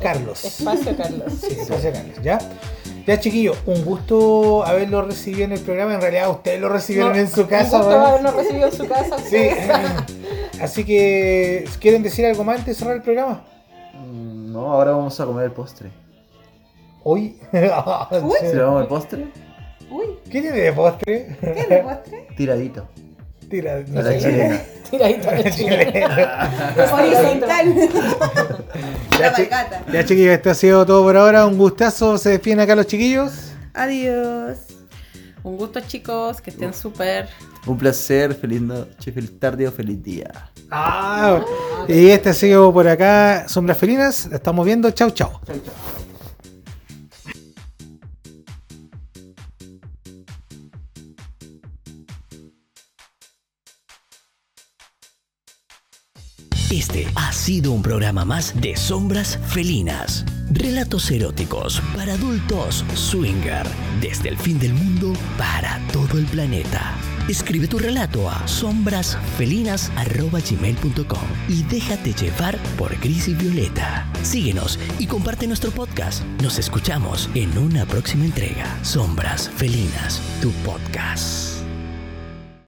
Carlos.
Espacio, Carlos.
Sí, espacio Carlos, ¿ya? Ya chiquillo, un gusto haberlo recibido en el programa. En realidad ustedes lo recibieron
No,
en su casa.
Un gusto
¿verdad?
habernos recibido en su casa.
Sí. Así que, ¿quieren decir algo más antes de cerrar el programa?
Mm, No, ahora vamos a comer el postre.
Hoy.
¿Se lo vamos el postre?
Uy,
¿Qué tiene de postre?
¿qué le postre?
Tiradito.
Tira, no
A la
sé.
chilena.
Tiradito
A la chilena.
Horizontal. La
chi-
balgata.
Ya chiquillos, esto ha sido todo por ahora. Un gustazo. Se despiden acá los chiquillos.
Adiós.
Un gusto, chicos. Que estén súper.
Un placer, feliz noche, feliz tarde o feliz día.
Ah, y este ha sido por acá. Sombras Felinas. La estamos viendo. Chau, chau.
Este ha sido un programa más de Sombras Felinas. Relatos eróticos para adultos swinger. Desde el fin del mundo para todo el planeta. Escribe tu relato a sombrasfelinas.com y déjate llevar por Gris y Violeta. Síguenos y comparte nuestro podcast. Nos escuchamos en una próxima entrega. Sombras Felinas, tu podcast.